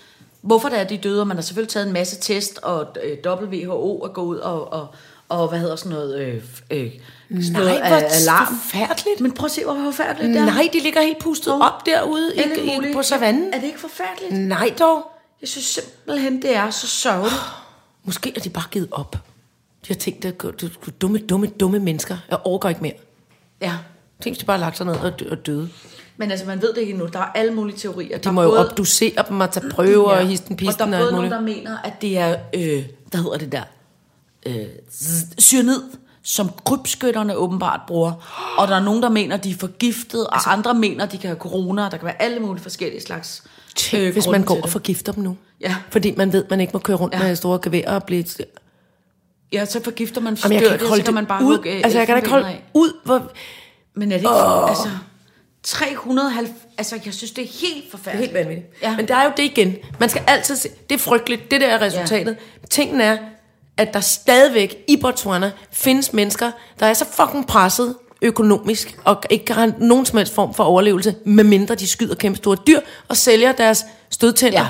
Speaker 3: hvorfor der er de døde, og man har selvfølgelig taget en masse test, og øh, WHO er gået ud og, og, og hvad hedder sådan noget, øh, øh, sådan
Speaker 4: Nej,
Speaker 3: noget
Speaker 4: hvor
Speaker 3: af- alarm.
Speaker 4: forfærdeligt.
Speaker 3: Men prøv at se, hvor forfærdeligt det er.
Speaker 4: Nej, de ligger helt pustet op derude
Speaker 3: Alle
Speaker 4: i, i,
Speaker 3: mulige- Altså-
Speaker 4: på savannen.
Speaker 3: Er det ikke forfærdeligt?
Speaker 4: Nej dog.
Speaker 3: Jeg synes simpelthen, det er så sørgeligt.
Speaker 4: Måske har de bare givet op. De har tænkt, at du, du dumme, dumme, dumme mennesker. Jeg overgår ikke mere.
Speaker 3: Ja.
Speaker 4: Tænk, hvis de bare har lagt sig ned og, dø- og døde.
Speaker 3: Men altså, man ved det ikke endnu. Der er alle mulige teorier.
Speaker 4: De må jo obducere dem og tage prøver og histen
Speaker 3: og
Speaker 4: pisten
Speaker 3: der
Speaker 4: og
Speaker 3: er både
Speaker 4: alt
Speaker 3: nogen,
Speaker 4: muligt.
Speaker 3: der mener, at det er, øh, hvad hedder det der, øh, z- cyanid, som krybskytterne åbenbart bruger. Og der er nogen, der mener, de er forgiftet, og altså, andre mener, de kan have corona, og der kan være alle mulige forskellige slags øh,
Speaker 4: Tænk, hvis man
Speaker 3: grunde
Speaker 4: går
Speaker 3: til
Speaker 4: og
Speaker 3: det.
Speaker 4: forgifter dem nu.
Speaker 3: Ja.
Speaker 4: Fordi man ved, man ikke må køre rundt ja. med store geværer og blive...
Speaker 3: Ja, så forgifter man,
Speaker 4: Jamen,
Speaker 3: forstyrrer
Speaker 4: jeg kan
Speaker 3: det,
Speaker 4: ikke
Speaker 3: og så
Speaker 4: holde
Speaker 3: kan man
Speaker 4: det
Speaker 3: bare
Speaker 4: ud.
Speaker 3: hugge øh,
Speaker 4: altså, jeg kan da ikke
Speaker 3: elfenbenet
Speaker 4: holde
Speaker 3: af.
Speaker 4: ud. Hvor...
Speaker 3: Men er det ikke, oh. altså, 390, altså, jeg synes, det er helt
Speaker 4: Det er
Speaker 3: forfærdeligt.
Speaker 4: helt vanvittigt. Ja.
Speaker 3: Ja.
Speaker 4: Men der er jo det igen. Man skal altid se, det er frygteligt, det der er resultatet. Ja. Tingen er, at der stadigvæk i Botswana findes mennesker, der er så fucking presset økonomisk, og ikke har nogen som helst form for overlevelse, medmindre de skyder kæmpe store dyr og sælger deres stødtænder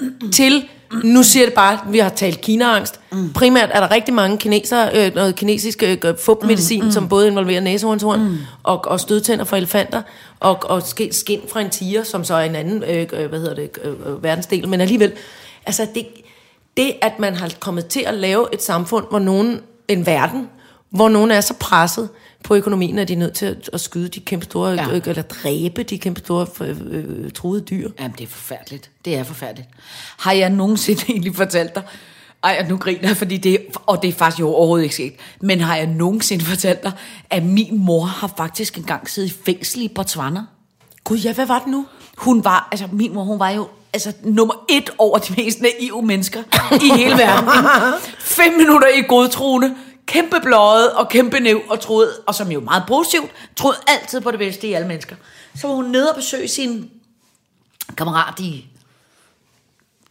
Speaker 4: ja. til, nu siger det bare, vi har talt kinaangst. Mm. Primært er der rigtig mange kinesere, øh, noget kinesisk øh, fupmedicin, mm, mm. som både involverer næsehornshorn mm. og, og stødtænder fra elefanter, og, og ske- skind fra en tiger, som så er en anden, øh, øh, hvad hedder det, øh, øh, verdensdel, men alligevel, altså det, det, at man har kommet til at lave et samfund, hvor nogen, en verden, hvor nogen er så presset, på økonomien, at de er nødt til at, at skyde de kæmpe store,
Speaker 3: Ja.
Speaker 4: ja. eller dræbe de kæmpe store øh, øh, truede dyr.
Speaker 3: Jamen, det er forfærdeligt. Det er forfærdeligt. Har jeg nogensinde egentlig fortalt dig, ej, og nu griner jeg, fordi det, og det er faktisk jo overhovedet ikke sket, men har jeg nogensinde fortalt dig, at min mor har faktisk engang siddet i fængsel i Botswana?
Speaker 4: Gud, ja, hvad var det nu?
Speaker 3: Hun var, altså min mor, hun var jo altså nummer et over de mest naive mennesker i hele verden. Fem minutter i godtroende, kæmpe bløjet og kæmpe næv og troede, og som jo meget positivt, troede altid på det bedste i alle mennesker. Så var hun nede og besøge sin kammerat i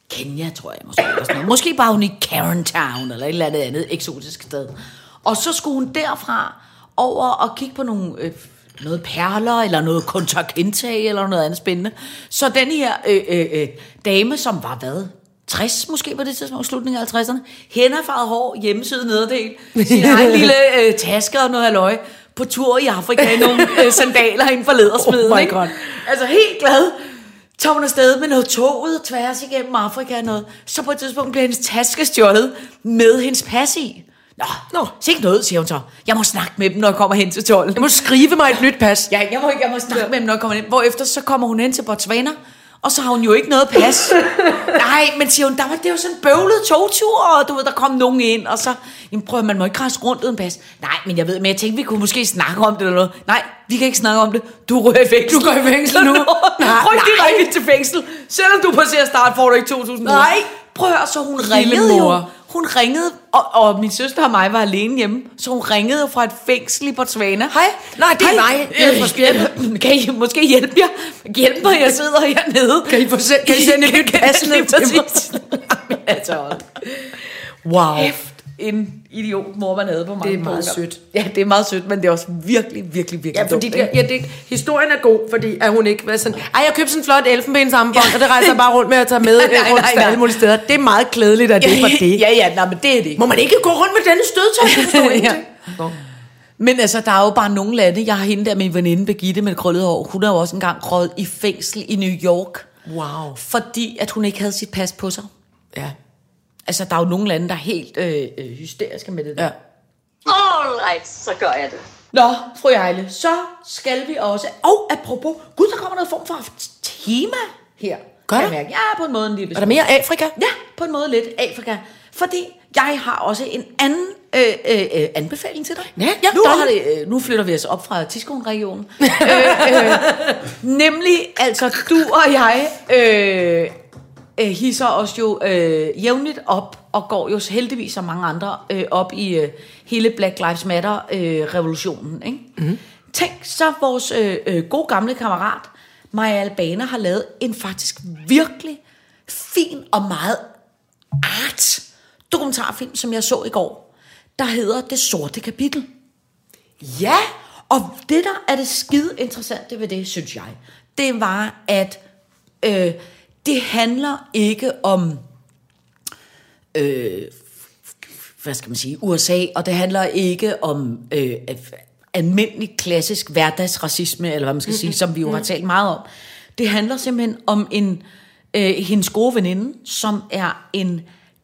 Speaker 3: Kenya, tror jeg måske. Eller sådan noget. Måske bare hun i Carentown eller et eller andet andet eksotisk sted. Og så skulle hun derfra over og kigge på nogle, øh, noget perler, eller noget kontak eller noget andet spændende. Så den her øh, øh, øh, dame, som var hvad? 60 måske på det tidspunkt, slutningen af 50'erne. Hænderfarvet hår, hjemmeside nederdel, sin egen lille øh, taske og noget halløj. På tur i Afrika i nogle øh, sandaler inden for ledersmeden.
Speaker 4: Oh my
Speaker 3: ikke?
Speaker 4: God.
Speaker 3: Altså helt glad. Tog hun afsted med noget toget tværs igennem Afrika og noget. Så på et tidspunkt bliver hendes taske stjålet med hendes pas i. Nå,
Speaker 4: Nå.
Speaker 3: Nå. ikke noget, siger hun så. Jeg må snakke med dem, når jeg kommer hen til tolden.
Speaker 4: Jeg må skrive mig et nyt pas.
Speaker 3: Ja, jeg må, ikke- jeg må snakke med dem, når jeg kommer ind. Hvorefter så kommer hun hen til Botswana, og så har hun jo ikke noget pas. Nej, men siger hun, der var, det var sådan en bøvlet togtur, og du ved, der kom nogen ind, og så, jamen prøv, at høre, man må ikke rejse rundt uden pas. Nej, men jeg ved, men jeg tænkte, vi kunne måske snakke om det eller noget. Nej, vi kan ikke snakke om det. Du rører i fængsel.
Speaker 4: Du går i fængsel nu.
Speaker 3: Nej,
Speaker 4: Nej,
Speaker 3: Ryk direkte til fængsel. Selvom du passerer start, får du ikke 2.000 kroner.
Speaker 4: Nej.
Speaker 3: Prøv at høre, så hun
Speaker 4: Lille
Speaker 3: ringede jo.
Speaker 4: mor.
Speaker 3: Hun ringede, og, og min søster og mig var alene hjemme, så hun ringede fra et fængsel i Botswana. Hej.
Speaker 4: Nej, det er mig. Jeg er fra
Speaker 3: Øh, kan I måske hjælpe jer? Hjælp mig, jeg sidder hernede.
Speaker 4: Kan I få se- kan I sende et nyt pas ned
Speaker 3: Lige
Speaker 4: til mig?
Speaker 3: præcis. Jamen, altså, hold
Speaker 4: Wow.
Speaker 3: kæft, en idiot mor man havde på mange
Speaker 4: Det er meget
Speaker 3: punkter.
Speaker 4: sødt.
Speaker 3: Ja, det er meget sødt, men det er også virkelig, virkelig, virkelig
Speaker 4: Ja, fordi
Speaker 3: dumt,
Speaker 4: det,
Speaker 3: ikke?
Speaker 4: ja, det, historien er god, fordi at hun ikke var sådan, ej, jeg købte sådan en flot elfenbensarmbånd, ja. og det rejser jeg bare rundt med at tage med
Speaker 3: Nej, nej,
Speaker 4: rundt til
Speaker 3: nej.
Speaker 4: alle mulige steder. Det er meget klædeligt, at det var det.
Speaker 3: Ja, ja, nej, men det er det ikke.
Speaker 4: Må man ikke gå rundt med denne stødtøj? Jeg forstår ingenting.
Speaker 3: Men altså, der er jo bare nogle lande. Jeg har hende der, min veninde Birgitte med det krøllede hår. Hun er jo også engang krøjet i fængsel i New York.
Speaker 4: Wow.
Speaker 3: Fordi at hun ikke havde sit pas på sig.
Speaker 4: Ja.
Speaker 3: Altså, der er jo nogle lande, der er helt øh, øh, hysteriske med det der.
Speaker 4: ja.
Speaker 2: Alright, så gør jeg det.
Speaker 3: Nå, fru Ejle, så skal vi også... Og apropos, gud, der kommer noget form for tema her.
Speaker 4: Gør
Speaker 3: kan jeg
Speaker 4: der?
Speaker 3: mærke. Ja, på en måde en lille
Speaker 4: Er der mere Afrika?
Speaker 3: Ja, på en måde lidt Afrika. Fordi jeg har også en anden øh, øh, øh, anbefaling til dig.
Speaker 4: Ja, ja,
Speaker 3: nu,
Speaker 4: dog.
Speaker 3: har det, øh, nu flytter vi os op fra Tiskon-regionen. øh, øh, nemlig, altså, du og jeg øh, øh, hisser os jo øh, jævnligt op, og går jo heldigvis som mange andre øh, op i øh, hele Black Lives Matter-revolutionen. ikke? Mm. Tænk så, vores øh, øh, gode gamle kammerat, Maja Albana, har lavet en faktisk virkelig fin og meget art dokumentarfilm, som jeg så i går, der hedder Det Sorte Kapitel. Ja, og det der er det skide interessante ved det, synes jeg, det var, at øh, det handler ikke om hvad skal man sige, USA, og det handler ikke om øh, at- almindelig klassisk hverdagsracisme, eller hvad man skal sige, som vi jo har talt meget om. Det handler simpelthen om en øh, hendes gode veninde, som er en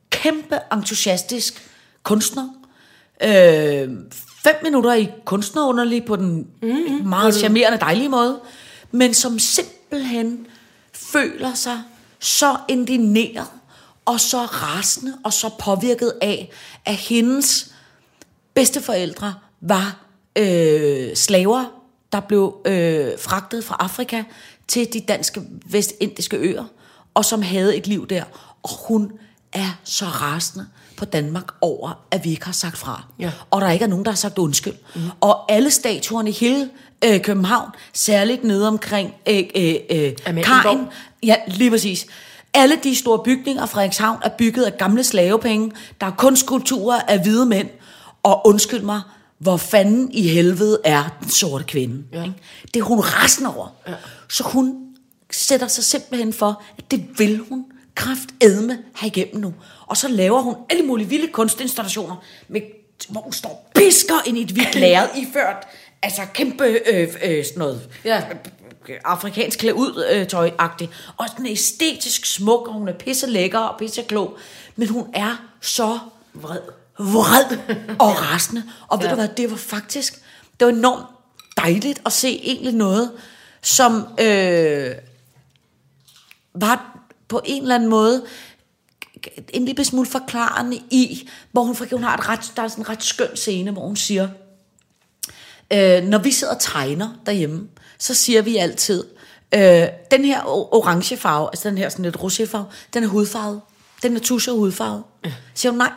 Speaker 3: kæmpe entusiastisk kunstner. Øh, fem minutter i kunstnerunderlig på den mm-hmm. meget charmerende, dejlige måde, men som simpelthen føler sig så indineret og så rasende og så påvirket af, at hendes bedsteforældre var øh, slaver, der blev øh, fragtet fra Afrika til de danske vestindiske øer, og som havde et liv der. Og hun er så rasende på Danmark over, at vi ikke har sagt fra.
Speaker 4: Ja.
Speaker 3: Og der ikke er nogen, der har sagt undskyld. Mm. Og alle statuerne i hele øh, København, særligt nede omkring øh, øh, øh,
Speaker 4: Amalienborg.
Speaker 3: Kajen, Ja, lige præcis. Alle de store bygninger fra Frederikshavn er bygget af gamle slavepenge. Der er kun skulpturer af hvide mænd. Og undskyld mig, hvor fanden i helvede er den sorte kvinde? Ja. Ikke? Det er hun resten over. Ja. Så hun sætter sig simpelthen for, at det vil hun kraftedme have igennem nu. Og så laver hun alle mulige vilde kunstinstallationer, med, hvor hun står og pisker ind i et hvidt lærred iført. Altså kæmpe øh, øh, sådan noget
Speaker 4: Ja.
Speaker 3: afrikansk klæd ud øh, tøjagtig. Og sådan æstetisk smuk, og hun er pisse lækker og pisse klog. Men hun er så vred, vred og rasende. Og ja. ved du hvad, det var faktisk Det var enormt dejligt at se egentlig noget, som øh, var på en eller anden måde en lille smule forklarende i, hvor hun, for eksempel har et ret, der er sådan en ret skøn scene, hvor hun siger, øh, når vi sidder og tegner derhjemme, så siger vi altid, øh, den her o- orange farve, altså den her sådan lidt roséfarve, den er hudfarvet. Den er tusser hudfarvet. Ja. Siger hun, nej,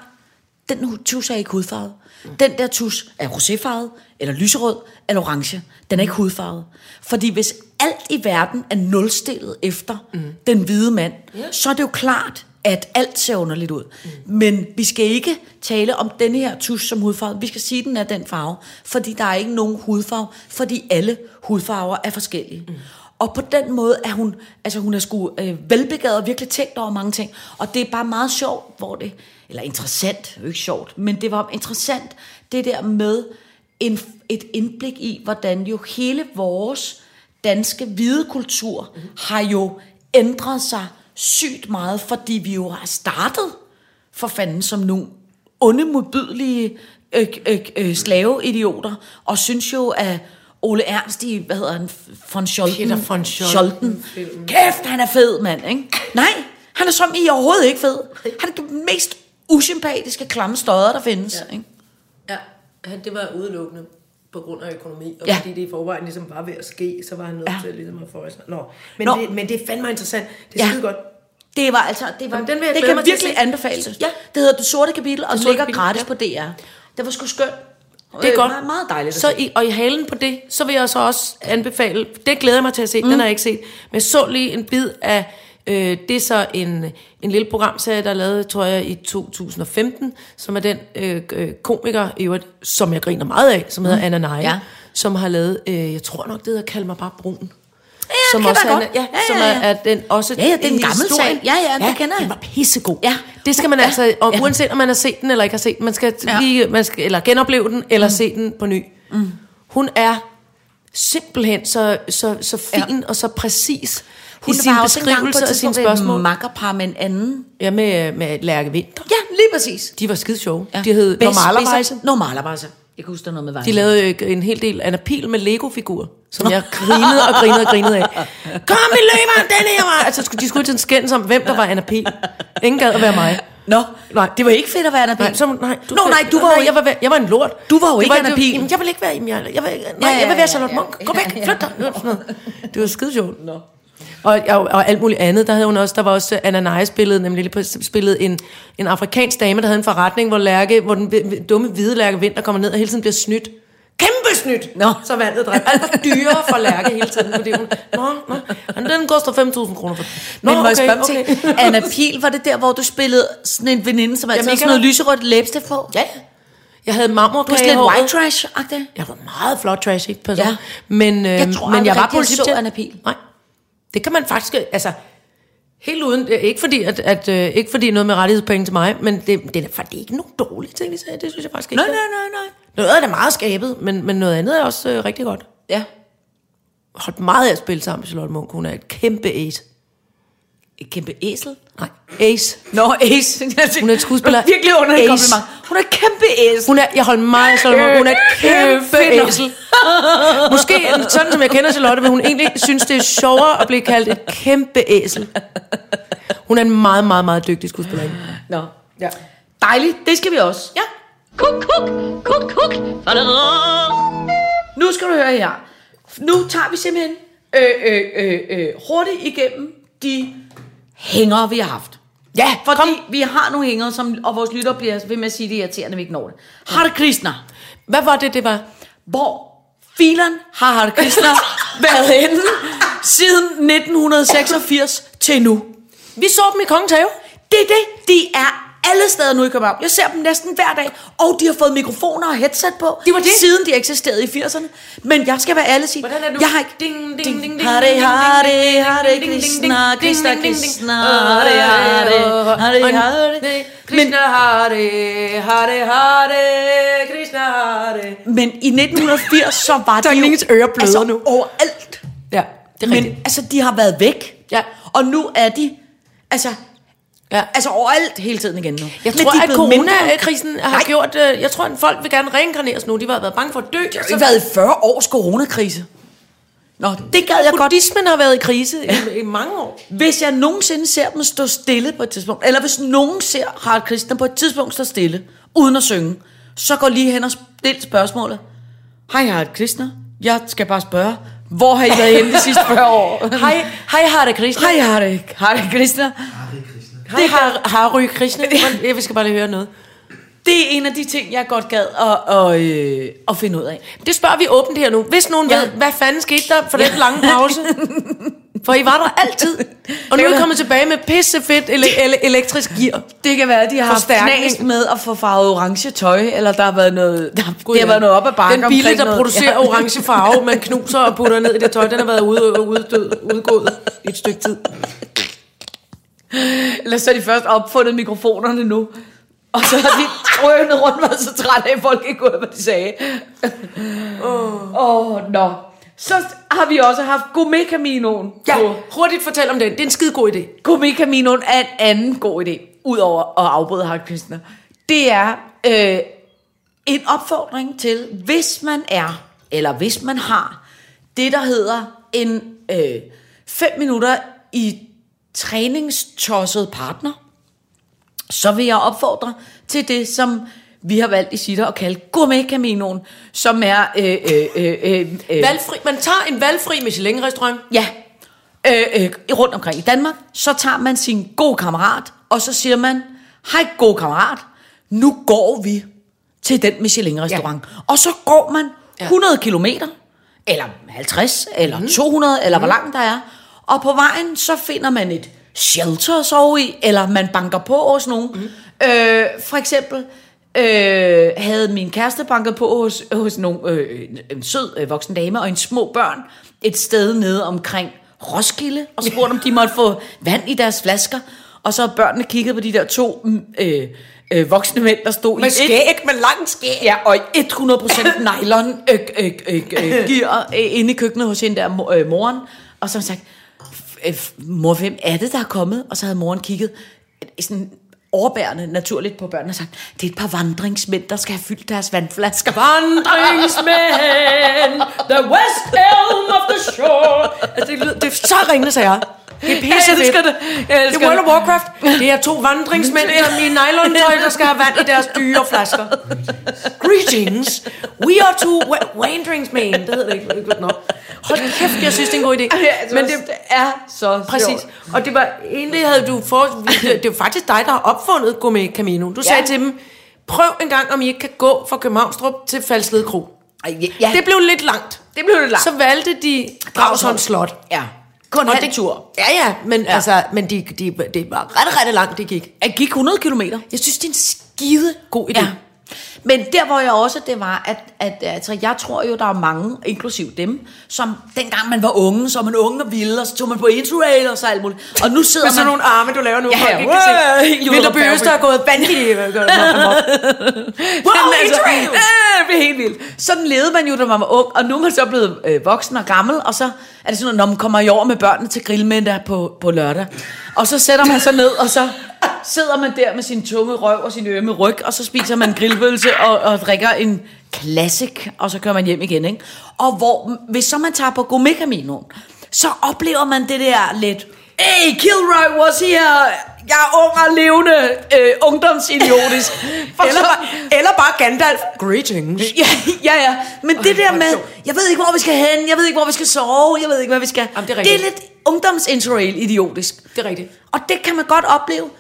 Speaker 3: den hu- tus er ikke hudfarvet. Den der tus er roséfarvet, eller lyserød, eller orange. Den er ikke hudfarvet. Fordi hvis alt i verden er nulstillet efter mm. den hvide mand, så er det jo klart, at alt ser underligt ud. Mm. Men vi skal ikke tale om denne her tus som hudfarve. Vi skal sige, at den er den farve, fordi der er ikke nogen hudfarve, fordi alle hudfarver er forskellige. Mm. Og på den måde er hun, altså hun er sgu øh, velbegavet og virkelig tænkt over mange ting. Og det er bare meget sjovt, hvor det, eller interessant, jo ikke sjovt, men det var interessant, det der med en, et indblik i, hvordan jo hele vores danske hvide kultur mm. har jo ændret sig sygt meget, fordi vi jo har startet for fanden som nu onde, modbydelige øh, øh, øh, slaveidioter, og synes jo, at Ole Ernst i, hvad hedder han, von Scholten,
Speaker 4: Peter von Scholten.
Speaker 3: Scholten. Kæft, han er fed, mand, ikke? Nej, han er som i overhovedet ikke fed. Han er den mest usympatiske, klamme støder, der findes, ja. ikke?
Speaker 5: Ja, han, det var udelukkende på grund af økonomi, og
Speaker 3: Ja.
Speaker 5: ja. fordi det i forvejen ligesom var ved at ske, så var han nødt
Speaker 3: Ja.
Speaker 5: ja. til at ligesom at føje sig. Nå, men,
Speaker 3: Nå.
Speaker 5: Nå. Det, men det er fandme interessant. Det er
Speaker 3: Ja.
Speaker 5: ja. skide godt.
Speaker 3: Det var altså, det, var,
Speaker 5: Jamen, den vil jeg
Speaker 3: det
Speaker 5: glæde
Speaker 3: kan
Speaker 5: mig til at
Speaker 3: virkelig
Speaker 5: se.
Speaker 3: anbefales.
Speaker 5: Ja.
Speaker 3: Det hedder Det Sorte Kapitel, og det
Speaker 4: Sorte
Speaker 3: ligger
Speaker 4: Kapitel,
Speaker 3: gratis på DR. Det var sgu skønt.
Speaker 4: Det er godt.
Speaker 3: Øh, Meget, meget dejligt. at
Speaker 4: Så i, og i halen på det, så vil jeg så også anbefale, det glæder jeg mig til at se, mm. den har jeg ikke set, men jeg så lige en bid af, øh, det er så en, en lille programserie, der er lavet, tror jeg, i 2015, som er den øh, øh, komiker, i øvrigt, som jeg griner meget af, som hedder mm. Anna Naja,
Speaker 3: Ja.
Speaker 4: ja. som har lavet, øh, jeg tror nok, det hedder Kald mig bare brun. Ja, som
Speaker 3: kender
Speaker 4: også
Speaker 3: jeg
Speaker 4: er,
Speaker 3: godt.
Speaker 4: ja, ja, ja, som er, er den også
Speaker 3: Ja, ja, det er en
Speaker 4: i
Speaker 3: gammel
Speaker 4: historien.
Speaker 3: sag. Ja, ja, det kender jeg.
Speaker 4: Den var pissegod.
Speaker 3: Ja.
Speaker 4: Det skal man
Speaker 3: Ja.
Speaker 4: altså, og
Speaker 3: Ja.
Speaker 4: uanset om man har set den eller ikke har set den, man skal
Speaker 3: Ja.
Speaker 4: ja. lige, man skal, eller genopleve den, eller mm. se den på ny. Mm. Hun er simpelthen så, så, så fin ja. og så præcis hun i sin beskrivelse og sine spørgsmål.
Speaker 3: makkerpar med en anden.
Speaker 4: Ja, med, øh, med Lærke Vinter.
Speaker 3: Ja, lige præcis.
Speaker 4: De var skide sjove. Ja. De hed
Speaker 3: Best-
Speaker 4: Normalerweise.
Speaker 3: Best- Normalerweise. Jeg kan huske, der er noget med vejse.
Speaker 4: De lavede øh, en hel del Anna Pil med Lego-figurer, som jeg grinede og grinede og grinede af. Kom, vi løber den her vej! Altså, skulle- de skulle til en skændes om, hvem der var Anna Pil. Ingen gad at være mig.
Speaker 3: Nå,
Speaker 4: Nej.
Speaker 3: det var ikke fedt at være Anna Pihl.
Speaker 4: Nej, så, nej, du,
Speaker 3: Nå, nej, du var jo
Speaker 4: jeg var, jeg var en lort.
Speaker 3: Du var jo
Speaker 4: Det
Speaker 3: ikke Anna
Speaker 4: det-
Speaker 3: Pihl.
Speaker 4: Jamen, jeg vil ikke være, jamen, jeg, jeg, vil, ikke- nej,
Speaker 3: Ja, ja,
Speaker 4: jeg vil
Speaker 3: ja,
Speaker 4: være Charlotte
Speaker 3: ja,
Speaker 4: Munk. Gå
Speaker 3: ja,
Speaker 4: væk,
Speaker 3: ja.
Speaker 4: flyt dig. Sådan noget. Det var skide sjovt. No. Og, og, og, alt muligt andet, der havde hun også, der var også øh, Anna Naja spillede, nemlig lige præcis- spillede en, en afrikansk dame, der havde en forretning, hvor, lærke, hvor den hvi- dumme hvide lærke vinter kommer ned og hele tiden bliver snydt. Kæmpe snydt!
Speaker 3: Nå.
Speaker 4: Så vandet drejer alt dyrere for lærke hele tiden, fordi hun, nå, nå, Men den koster 5.000 kroner for
Speaker 3: Men må jeg spørge okay. til, Anna Pihl, var det der, hvor du spillede sådan en veninde, som altid
Speaker 4: Jamen,
Speaker 3: havde
Speaker 4: jeg
Speaker 3: sådan noget
Speaker 4: kan-
Speaker 3: lyserødt læbestift på?
Speaker 4: Ja, jeg havde
Speaker 3: Du var
Speaker 4: marmorkage
Speaker 3: sådan
Speaker 4: i
Speaker 3: lidt
Speaker 4: håret.
Speaker 3: white trash-agtig.
Speaker 4: Jeg var meget flot trashy person.
Speaker 3: Ja.
Speaker 4: Ja. Men, øh,
Speaker 3: Jeg tror
Speaker 4: men
Speaker 3: aldrig
Speaker 4: jeg var
Speaker 3: rigtig, jeg så
Speaker 4: politibetjent.
Speaker 3: Anna Pihl.
Speaker 4: Nej. Det kan man faktisk, altså, helt uden, øh, ikke fordi, at, at øh, ikke fordi noget med rettighedspenge til mig, men det, det er faktisk ikke nogen dårlige ting, de sagde. Det synes jeg faktisk ikke.
Speaker 3: Nej,
Speaker 4: det er.
Speaker 3: nej, nej, nej.
Speaker 4: Noget af det er meget skabet, men, men noget andet er også øh, rigtig godt.
Speaker 3: Ja.
Speaker 4: Holdt meget af at spille sammen med Charlotte Munch. Hun er et kæmpe ace.
Speaker 3: Et kæmpe æsel.
Speaker 4: Nej, ace.
Speaker 3: Nå, æsel.
Speaker 4: Hun er et skuespiller.
Speaker 3: Virkelig under
Speaker 4: Ace.
Speaker 3: kompliment. Hun er et kæmpe æsel.
Speaker 4: Hun er, jeg holder meget af Charlotte Munch. Hun er et kæmpe
Speaker 3: Øh, fedt.
Speaker 4: æsel. Måske sådan, som jeg kender Charlotte, vil hun egentlig synes, det er sjovere at blive kaldt et kæmpe æsel. Hun er en meget, meget, meget dygtig skuespillerinde.
Speaker 3: Nå. Ja. Dejligt, det skal vi også. Ja.
Speaker 2: Kuk, kuk, kuk, kuk.
Speaker 3: Nu skal du høre her. Nu tager vi simpelthen øh, øh, øh, øh, hurtigt igennem de hængere, vi har haft.
Speaker 4: Ja,
Speaker 3: Fordi Kom. vi har nogle hængere, som, og vores lytter bliver ved med at sige, det er irriterende, at vi ikke når det. Hare Krishna.
Speaker 4: hvad var det, det var?
Speaker 3: hvor fileren har Hare Krishna været henne siden 1986 til nu.
Speaker 4: Vi så dem i Kongens Have.
Speaker 3: Det er det. De er alle steder nu i København. Jeg ser dem næsten hver dag, og de har fået mikrofoner og headset på,
Speaker 4: Det var det.
Speaker 3: siden de eksisterede i 80'erne. Men jeg skal være ærlig og sige,
Speaker 4: Hvordan er det nu?
Speaker 3: jeg har ikke...
Speaker 4: Ding, ding, ding, ding,
Speaker 3: Hare,
Speaker 4: ding,
Speaker 3: Hare, Hare
Speaker 4: ding, ding, ding,
Speaker 3: Krishna,
Speaker 4: ding,
Speaker 3: Krishna,
Speaker 4: ding, ding, ding.
Speaker 3: Krishna, Hare, Hare, Hare, Hare. Men,
Speaker 4: Krishna Hare, Hare Hare, Krishna Hare.
Speaker 3: men i 1980, så var det jo...
Speaker 4: ingens ører bløder
Speaker 3: altså,
Speaker 4: nu.
Speaker 3: overalt.
Speaker 4: Ja, det er
Speaker 3: Men
Speaker 4: rigtigt. Altså,
Speaker 3: altså, de har været væk.
Speaker 4: Ja.
Speaker 3: Og nu er de, altså,
Speaker 4: Ja.
Speaker 3: Altså overalt hele tiden igen nu. Men
Speaker 4: Jeg tror,
Speaker 3: de er
Speaker 4: at
Speaker 3: blevet mindre.
Speaker 4: coronakrisen har Nej. gjort... Øh, jeg tror, at folk vil gerne reinkarneres nu. De har været bange for at dø.
Speaker 3: Det har jo ikke været i 40 års coronakrise. Nå, det gad jeg godt.
Speaker 4: Buddhismen har været i krise i, i mange år.
Speaker 3: Hvis jeg nogensinde ser dem stå stille på et tidspunkt, eller hvis nogen ser Harald Christian på et tidspunkt stå stille, uden at synge, så går lige hen og stil spørgsmålet. Hej Harald Christian, jeg skal bare spørge, hvor har I været henne de sidste 40 år?
Speaker 4: Hej, hej Hare Krishna.
Speaker 3: Hej Harald, Harald Christian.
Speaker 4: Hej Har- Hare Krishna. Men, Jeg skal bare lige høre noget.
Speaker 3: Det er en af de ting, jeg godt gad at, at, øh, at finde ud af.
Speaker 4: Det spørger vi åbent her nu. Hvis nogen
Speaker 3: Ja.
Speaker 4: ja. ved, hvad fanden skete der for den lange pause? For I var der altid. Og nu er I kommet tilbage med pissefedt ele- ele- elektrisk gear.
Speaker 3: Det kan være, at de har haft
Speaker 4: Forstærkning.
Speaker 3: knas med at få farvet orange tøj, eller der har været noget, der,
Speaker 4: Gud,
Speaker 3: God, det har
Speaker 4: ja.
Speaker 3: været noget op ad bakke
Speaker 4: Den bille,
Speaker 3: omkring
Speaker 4: der
Speaker 3: noget.
Speaker 4: producerer ja. orange farve, man knuser og putter ned i det tøj, den har været ude, uddød, udgået i et stykke tid.
Speaker 3: Eller så har de først opfundet mikrofonerne nu. Og så har de drønet rundt været så træt af, at folk ikke kunne høre, hvad de sagde. Åh, oh. oh, nå. Så har vi også haft Gourmet Caminoen.
Speaker 4: Ja, hurtigt fortæl om den. Det er en skide god idé.
Speaker 3: Gourmet Caminoen er en anden god idé, udover at afbryde Harald Kristner. Det er øh, en opfordring til, hvis man er, eller hvis man har, det der hedder en 5 fem minutter i træningstosset partner, så vil jeg opfordre til det, som vi har valgt i sitter at kalde Gourmet Caminoen, som er... Øh, øh, øh, øh, øh,
Speaker 4: Valgfri, man tager en valgfri Michelin-restaurant.
Speaker 3: Ja. Øh, øh, rundt omkring i Danmark, så tager man sin gode kammerat, og så siger man, hej god kammerat, nu går vi til den Michelin-restaurant. Ja. Og så går man 100 kilometer, eller 50, eller mm. 200, eller mm. hvor langt der er. Og på vejen, så finder man et shelter at sove i, eller man banker på hos nogen. Mm. Øh, for eksempel øh, havde min kæreste banket på hos, hos nogle, øh, en, en sød øh, voksen dame og en små børn et sted nede omkring Roskilde og spurgte, om de måtte få vand i deres flasker. Og så havde børnene kigget på de der to mm, øh, øh, voksne mænd, der stod i et
Speaker 4: med lang skæg.
Speaker 3: Ja, og i 100% nylon øh, øh, øh, øh, gear øh, inde i køkkenet hos hende der mo- øh, moren. Og så har hun sagt, "F- øh, f- mor, hvem er det, der er kommet? Og så havde moren kigget øh, sådan overbærende naturligt på børnene og sagt, det er et par vandringsmænd, der skal have fyldt deres vandflasker.
Speaker 4: Vandringsmænd, the west elm of the shore. Altså, det, lyder, det er så ringende, sagde jeg. Det er pisse
Speaker 3: Jeg elsker det. Jeg elsker
Speaker 4: det er World of
Speaker 3: det.
Speaker 4: Warcraft. Det er to vandringsmænd i nylontøj, der skal have vand i deres dyre flasker. Greetings. We are two wa- vandringsmænd. Det hedder det ikke. ikke nå. Hold kæft, jeg synes, det er en god idé. Men det,
Speaker 3: er så
Speaker 4: Præcis. Og det var egentlig havde du for, det var faktisk dig der har opfundet gå med Camino. Du sagde til dem, prøv en gang om I ikke kan gå fra Københavnstrup til Falsled Kro.
Speaker 3: Ej, ja,
Speaker 4: Det blev lidt langt.
Speaker 3: det blev lidt
Speaker 4: Så valgte de Dragsholm Slot.
Speaker 3: Ja. Kun
Speaker 4: Og
Speaker 3: halv
Speaker 4: det-
Speaker 3: tur.
Speaker 4: Ja, ja, men ja. altså, men de, de, det var ret, ret langt, det gik.
Speaker 3: Jeg gik 100 kilometer.
Speaker 4: Jeg synes, det er en skide god idé.
Speaker 3: Ja. Men der, hvor jeg også, det var, at, at altså, jeg tror jo, der er mange, inklusiv dem, som dengang man var unge, så var man unge og vilde, og så tog man på interrail og så alt muligt. Og nu sidder
Speaker 4: Med sådan
Speaker 3: man...
Speaker 4: nogle arme, du laver nu,
Speaker 3: Ja,
Speaker 4: folk ikke
Speaker 3: wow,
Speaker 4: kan
Speaker 3: helt
Speaker 4: se.
Speaker 3: Julia
Speaker 4: Vinterby
Speaker 3: Bergman.
Speaker 4: Øster er gået vanvittigt.
Speaker 3: Wow,
Speaker 4: Men altså-
Speaker 3: interrail! Øh, det er helt vildt. Sådan levede man jo, da man var ung, og nu er man så blevet øh, voksen og gammel, og så er det sådan noget, når man kommer i år med børnene til grillmiddag på, på lørdag. Og så sætter man sig ned, og så sidder man der med sin tunge røv og sin ømme ryg, og så spiser man en grillpølse og, og drikker en classic, og så kører man hjem igen, ikke? Og hvor, hvis så man tager på gourmet Caminoen, så oplever man det der lidt, hey, Kilroy was here, jeg er ung og levende, øh, ungdomsidiotisk. For
Speaker 4: Eller,
Speaker 3: så-
Speaker 4: bare- eller bare Gandalf. Greetings.
Speaker 3: Ja, ja, ja. Men det der med, jeg ved ikke, hvor vi skal hen, jeg ved ikke, hvor vi skal sove, jeg ved ikke, hvad vi skal.
Speaker 4: Jamen, det er
Speaker 3: det er
Speaker 4: rigtigt.
Speaker 3: lidt ungdomsinterrail-idiotisk.
Speaker 4: Det er rigtigt.
Speaker 3: Og det kan man godt opleve,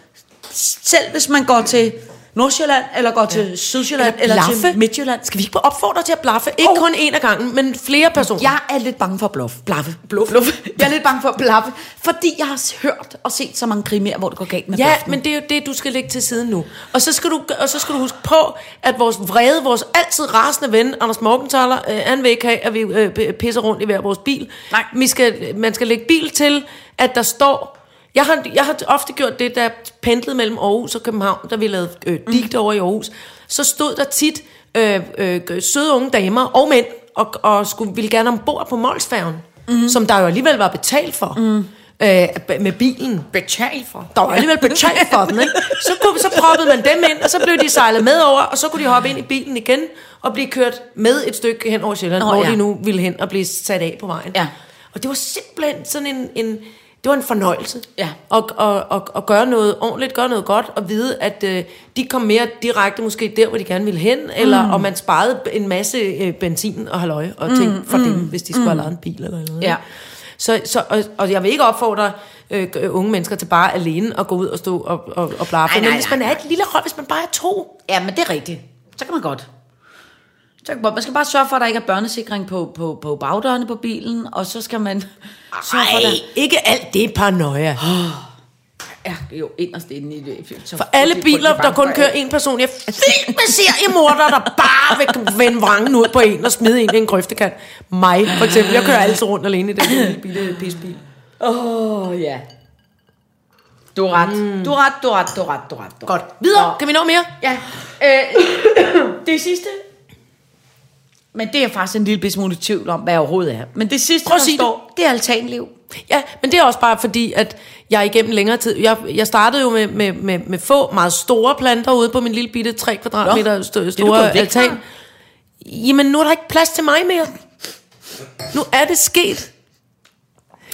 Speaker 3: selv hvis man går til Nordsjælland, eller går ja. til Sydsjælland, eller, eller til Midtjylland.
Speaker 4: Skal vi ikke opfordre til at blaffe? Ikke
Speaker 3: Åh.
Speaker 4: kun en af gangen, men flere personer.
Speaker 3: Oh. Jeg er lidt bange for at bluff. Blaffe. Bluff. bluff. Jeg er lidt bange for at blaffe, fordi jeg har hørt og set så mange krimier, hvor det går galt med
Speaker 4: Ja,
Speaker 3: blaffen.
Speaker 4: men det er jo det, du skal lægge til siden nu. Og så skal du, og så skal du huske på, at vores vrede, vores altid rasende ven, Anders Morgenthaler, øh, han vil ikke have, at vi øh, p- pisser rundt i hver vores bil.
Speaker 3: Nej.
Speaker 4: Vi skal, man skal lægge bil til, at der står... Jeg har, jeg har ofte gjort det, da jeg pendlede mellem Aarhus og København, da vi lavede øh, digt over i Aarhus. Så stod der tit øh, øh, søde unge damer og mænd, og, og skulle, ville gerne ombord på Molsfærgen, mm. som der jo alligevel var betalt for. Mm. øh, med bilen.
Speaker 3: Betal for.
Speaker 4: Der var alligevel betalt for den, ikke? Så, kunne, så proppede man dem ind, og så blev de sejlet med over, og så kunne de hoppe ind i bilen igen og blive kørt med et stykke hen over Sjælland,
Speaker 3: Nå,
Speaker 4: oh, hvor
Speaker 3: ja.
Speaker 4: de nu ville hen og blive sat af på vejen.
Speaker 3: Ja.
Speaker 4: Og det var simpelthen sådan en... en det var en fornøjelse
Speaker 3: Ja.
Speaker 4: at, at, at, at gøre noget ordentligt, gøre noget godt, og vide, at øh, de kom mere direkte måske der, hvor de gerne ville hen, eller
Speaker 3: Mm.
Speaker 4: og man sparede en masse øh, benzin og halløj og ting for dem, hvis de skulle have lejet en bil eller noget.
Speaker 3: mm, Ja.
Speaker 4: Så, så, og, og jeg vil ikke opfordre øh, øh, unge mennesker til bare alene at gå ud og stå og, og, og blaffe.
Speaker 3: Nej, nej,
Speaker 4: Men hvis
Speaker 3: nej,
Speaker 4: man er et lille hold, hvis man bare er to.
Speaker 3: Ja, men det er rigtigt. Så kan man godt. Så kan man, godt. man skal bare sørge for, at der ikke er børnesikring på, på, på bagdørene på bilen, og så skal man sørge for, at der...
Speaker 4: ikke alt det paranoia.
Speaker 3: Ja, jo, inderst inde i det. Så
Speaker 4: For alle
Speaker 3: frygtelig,
Speaker 4: biler,
Speaker 3: frygtelig
Speaker 4: der kun
Speaker 3: bange for
Speaker 4: kører en person, jeg er fyldt med seriemorder, der bare vil vende vrangen ud på en og smide en i en grøftekant. Mig, for eksempel. Jeg kører altid rundt alene i den lille bitte pisbil.
Speaker 3: Åh, oh, ja. Du har ret. Mm. Du har ret, du har ret, du har ret, du har ret. du har
Speaker 4: Godt.
Speaker 3: ret.
Speaker 4: Videre.
Speaker 3: Nå.
Speaker 4: Kan vi nå mere?
Speaker 3: Ja. Øh, det sidste. Men det er jeg faktisk en lille bitte smule i tvivl om, hvad jeg overhovedet er. Men det sidste,
Speaker 4: Prøv
Speaker 3: der
Speaker 4: at sige det.
Speaker 3: står, det. det er altanliv.
Speaker 4: Ja, men det er også bare fordi, at jeg igennem længere tid... Jeg, jeg startede jo med, med, med, med få meget store planter ude på min lille bitte 3 kvadratmeter
Speaker 3: Nå,
Speaker 4: Nå, stå,
Speaker 3: du gået
Speaker 4: store
Speaker 3: væk
Speaker 4: altan.
Speaker 3: fra?
Speaker 4: Jamen, nu er der ikke plads til mig mere. Nu er det sket.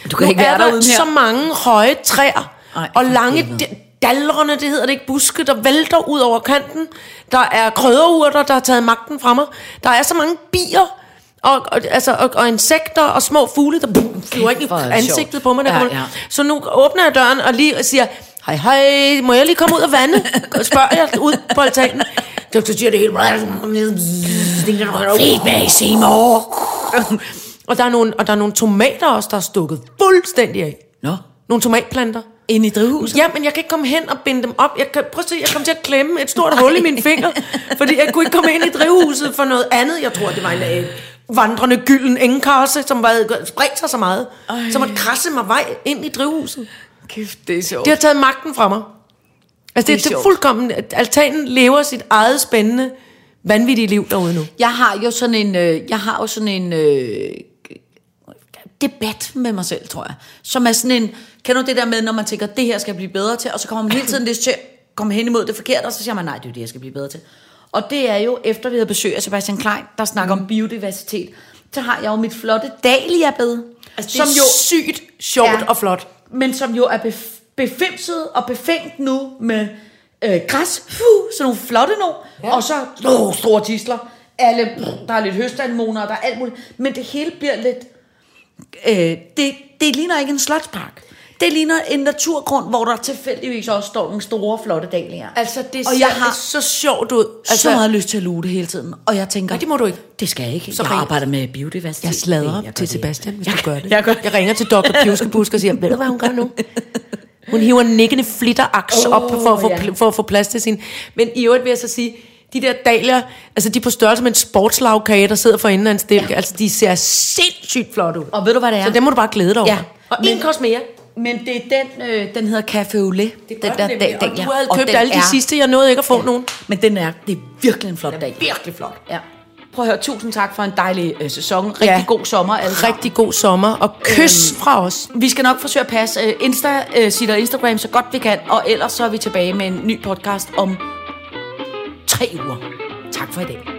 Speaker 3: Du
Speaker 4: Nu
Speaker 3: kan ikke være
Speaker 4: er
Speaker 3: der
Speaker 4: der
Speaker 3: uden her.
Speaker 4: så mange høje træer
Speaker 3: Ej,
Speaker 4: Ej,
Speaker 3: for
Speaker 4: og lange
Speaker 3: helvede.
Speaker 4: d- dalrende, det hedder det ikke, buske, der vælter ud over kanten. Der er krødderurter, der har taget magten fra mig. Der er så mange bier og, og, altså, og, og insekter og små fugle, der boom, flyver ind i
Speaker 3: hvor er det
Speaker 4: ansigtet
Speaker 3: sjovt.
Speaker 4: på mig. Der
Speaker 3: Ja,
Speaker 4: kommer-
Speaker 3: ja.
Speaker 4: Så nu åbner jeg døren og lige siger, hej hej, må jeg lige komme ud og vande? Spørger jeg ud på altanen. Så siger det helt... Feedback, Seymour. Og der, er nogle, og der er nogle tomater også, der er stukket fuldstændig af.
Speaker 3: Nå.
Speaker 4: Nogle tomatplanter.
Speaker 3: Inde i drivhuset.
Speaker 4: Ja, men jeg kan ikke komme hen og binde dem op. Jeg kan, prøv at se, jeg kom til at klemme et stort hul i mine fingre, fordi jeg kunne ikke komme ind i drivhuset for noget andet. Jeg tror, det var en øh, vandrende gylden engkasse, som var, spredt sig så meget, Ej. som at krasse mig vej ind i drivhuset.
Speaker 3: Kæft, det er sjovt.
Speaker 4: Det har taget magten fra mig. Altså, det,
Speaker 3: er
Speaker 4: det er, det
Speaker 3: sjovt.
Speaker 4: er fuldkommen... at Altanen lever sit eget spændende, vanvittige liv derude nu.
Speaker 3: Jeg har jo sådan en, øh, jeg har jo sådan en øh, debat med mig selv, tror jeg. Som er sådan en, kan du det der med, når man tænker, det her skal jeg blive bedre til, og så kommer man hele tiden lidt til at komme hen imod det forkerte, og så siger man, nej, det er jo det, jeg skal blive bedre til. Og det er jo, efter vi havde besøg af Sebastian Klein, der snakker mm. om biodiversitet, så har jeg jo mit flotte dahliabed, altså,
Speaker 4: Som jo sygt sjovt
Speaker 3: Ja.
Speaker 4: ja. og flot.
Speaker 3: men som jo er bef- befimset og befængt nu med øh, græs, Fuh, sådan nogle flotte nu, ja. og så oh, store tisler, alle, der er lidt høstanemoner, og der er alt muligt, men det hele bliver lidt, øh, det, det ligner ikke en slotspark. Det ligner en naturgrund, hvor der tilfældigvis også står nogle store, flotte dahliaer.
Speaker 4: Altså, det
Speaker 3: og
Speaker 4: ser
Speaker 3: jeg har
Speaker 4: så sjovt ud.
Speaker 3: altså, så meget lyst til at luge det hele tiden, og jeg tænker,
Speaker 4: Nej, det må du ikke.
Speaker 3: det skal jeg ikke. Så
Speaker 4: Så
Speaker 3: jeg
Speaker 4: ring-
Speaker 3: arbejder med biodiversitet.
Speaker 4: Jeg
Speaker 3: Det
Speaker 4: sladrer
Speaker 3: er jeg
Speaker 4: til
Speaker 3: godt i.
Speaker 4: Sebastian, hvis
Speaker 3: Jeg-
Speaker 4: du gør det.
Speaker 3: jeg gør det.
Speaker 4: jeg ringer til Dr. Pjuskebusk og siger, ved du, hvad hun gør nu? Hun hiver en nikkende flitteraks oh, op for at, få,
Speaker 3: ja.
Speaker 4: ja. for at få plads til sin... Men i øvrigt vil jeg så sige, de der daler, altså de er på størrelse med en sportslagkage, der sidder for enden af en stilke. Ja. Altså de ser sindssygt flot ud.
Speaker 3: Og ved du, hvad det er?
Speaker 4: Så det må du bare glæde dig over.
Speaker 3: Ja.
Speaker 4: Og
Speaker 3: Men-
Speaker 4: en kost mere.
Speaker 3: Men det er den, øh, den hedder Café Olé. Det den
Speaker 4: Godt
Speaker 3: der
Speaker 4: nemlig.
Speaker 3: dag,
Speaker 4: og
Speaker 3: den,
Speaker 4: du
Speaker 3: ja.
Speaker 4: havde
Speaker 3: Og
Speaker 4: købt
Speaker 3: den
Speaker 4: alle de
Speaker 3: er-
Speaker 4: sidste, jeg nåede ikke at få nogen.
Speaker 3: Men den er, det er virkelig en flot dag.
Speaker 4: Virkelig flot.
Speaker 3: Ja. Prøv at høre, tusind tak for en dejlig øh, sæson. Rigtig
Speaker 4: Ja.
Speaker 3: god sommer. Altså.
Speaker 4: Rigtig god sommer, og kys øhm. fra os.
Speaker 3: Vi skal nok forsøge at passe øh, Insta, øh, sit og Instagram så godt vi kan, og ellers så er vi tilbage med en ny podcast om tre uger. Tak for i dag.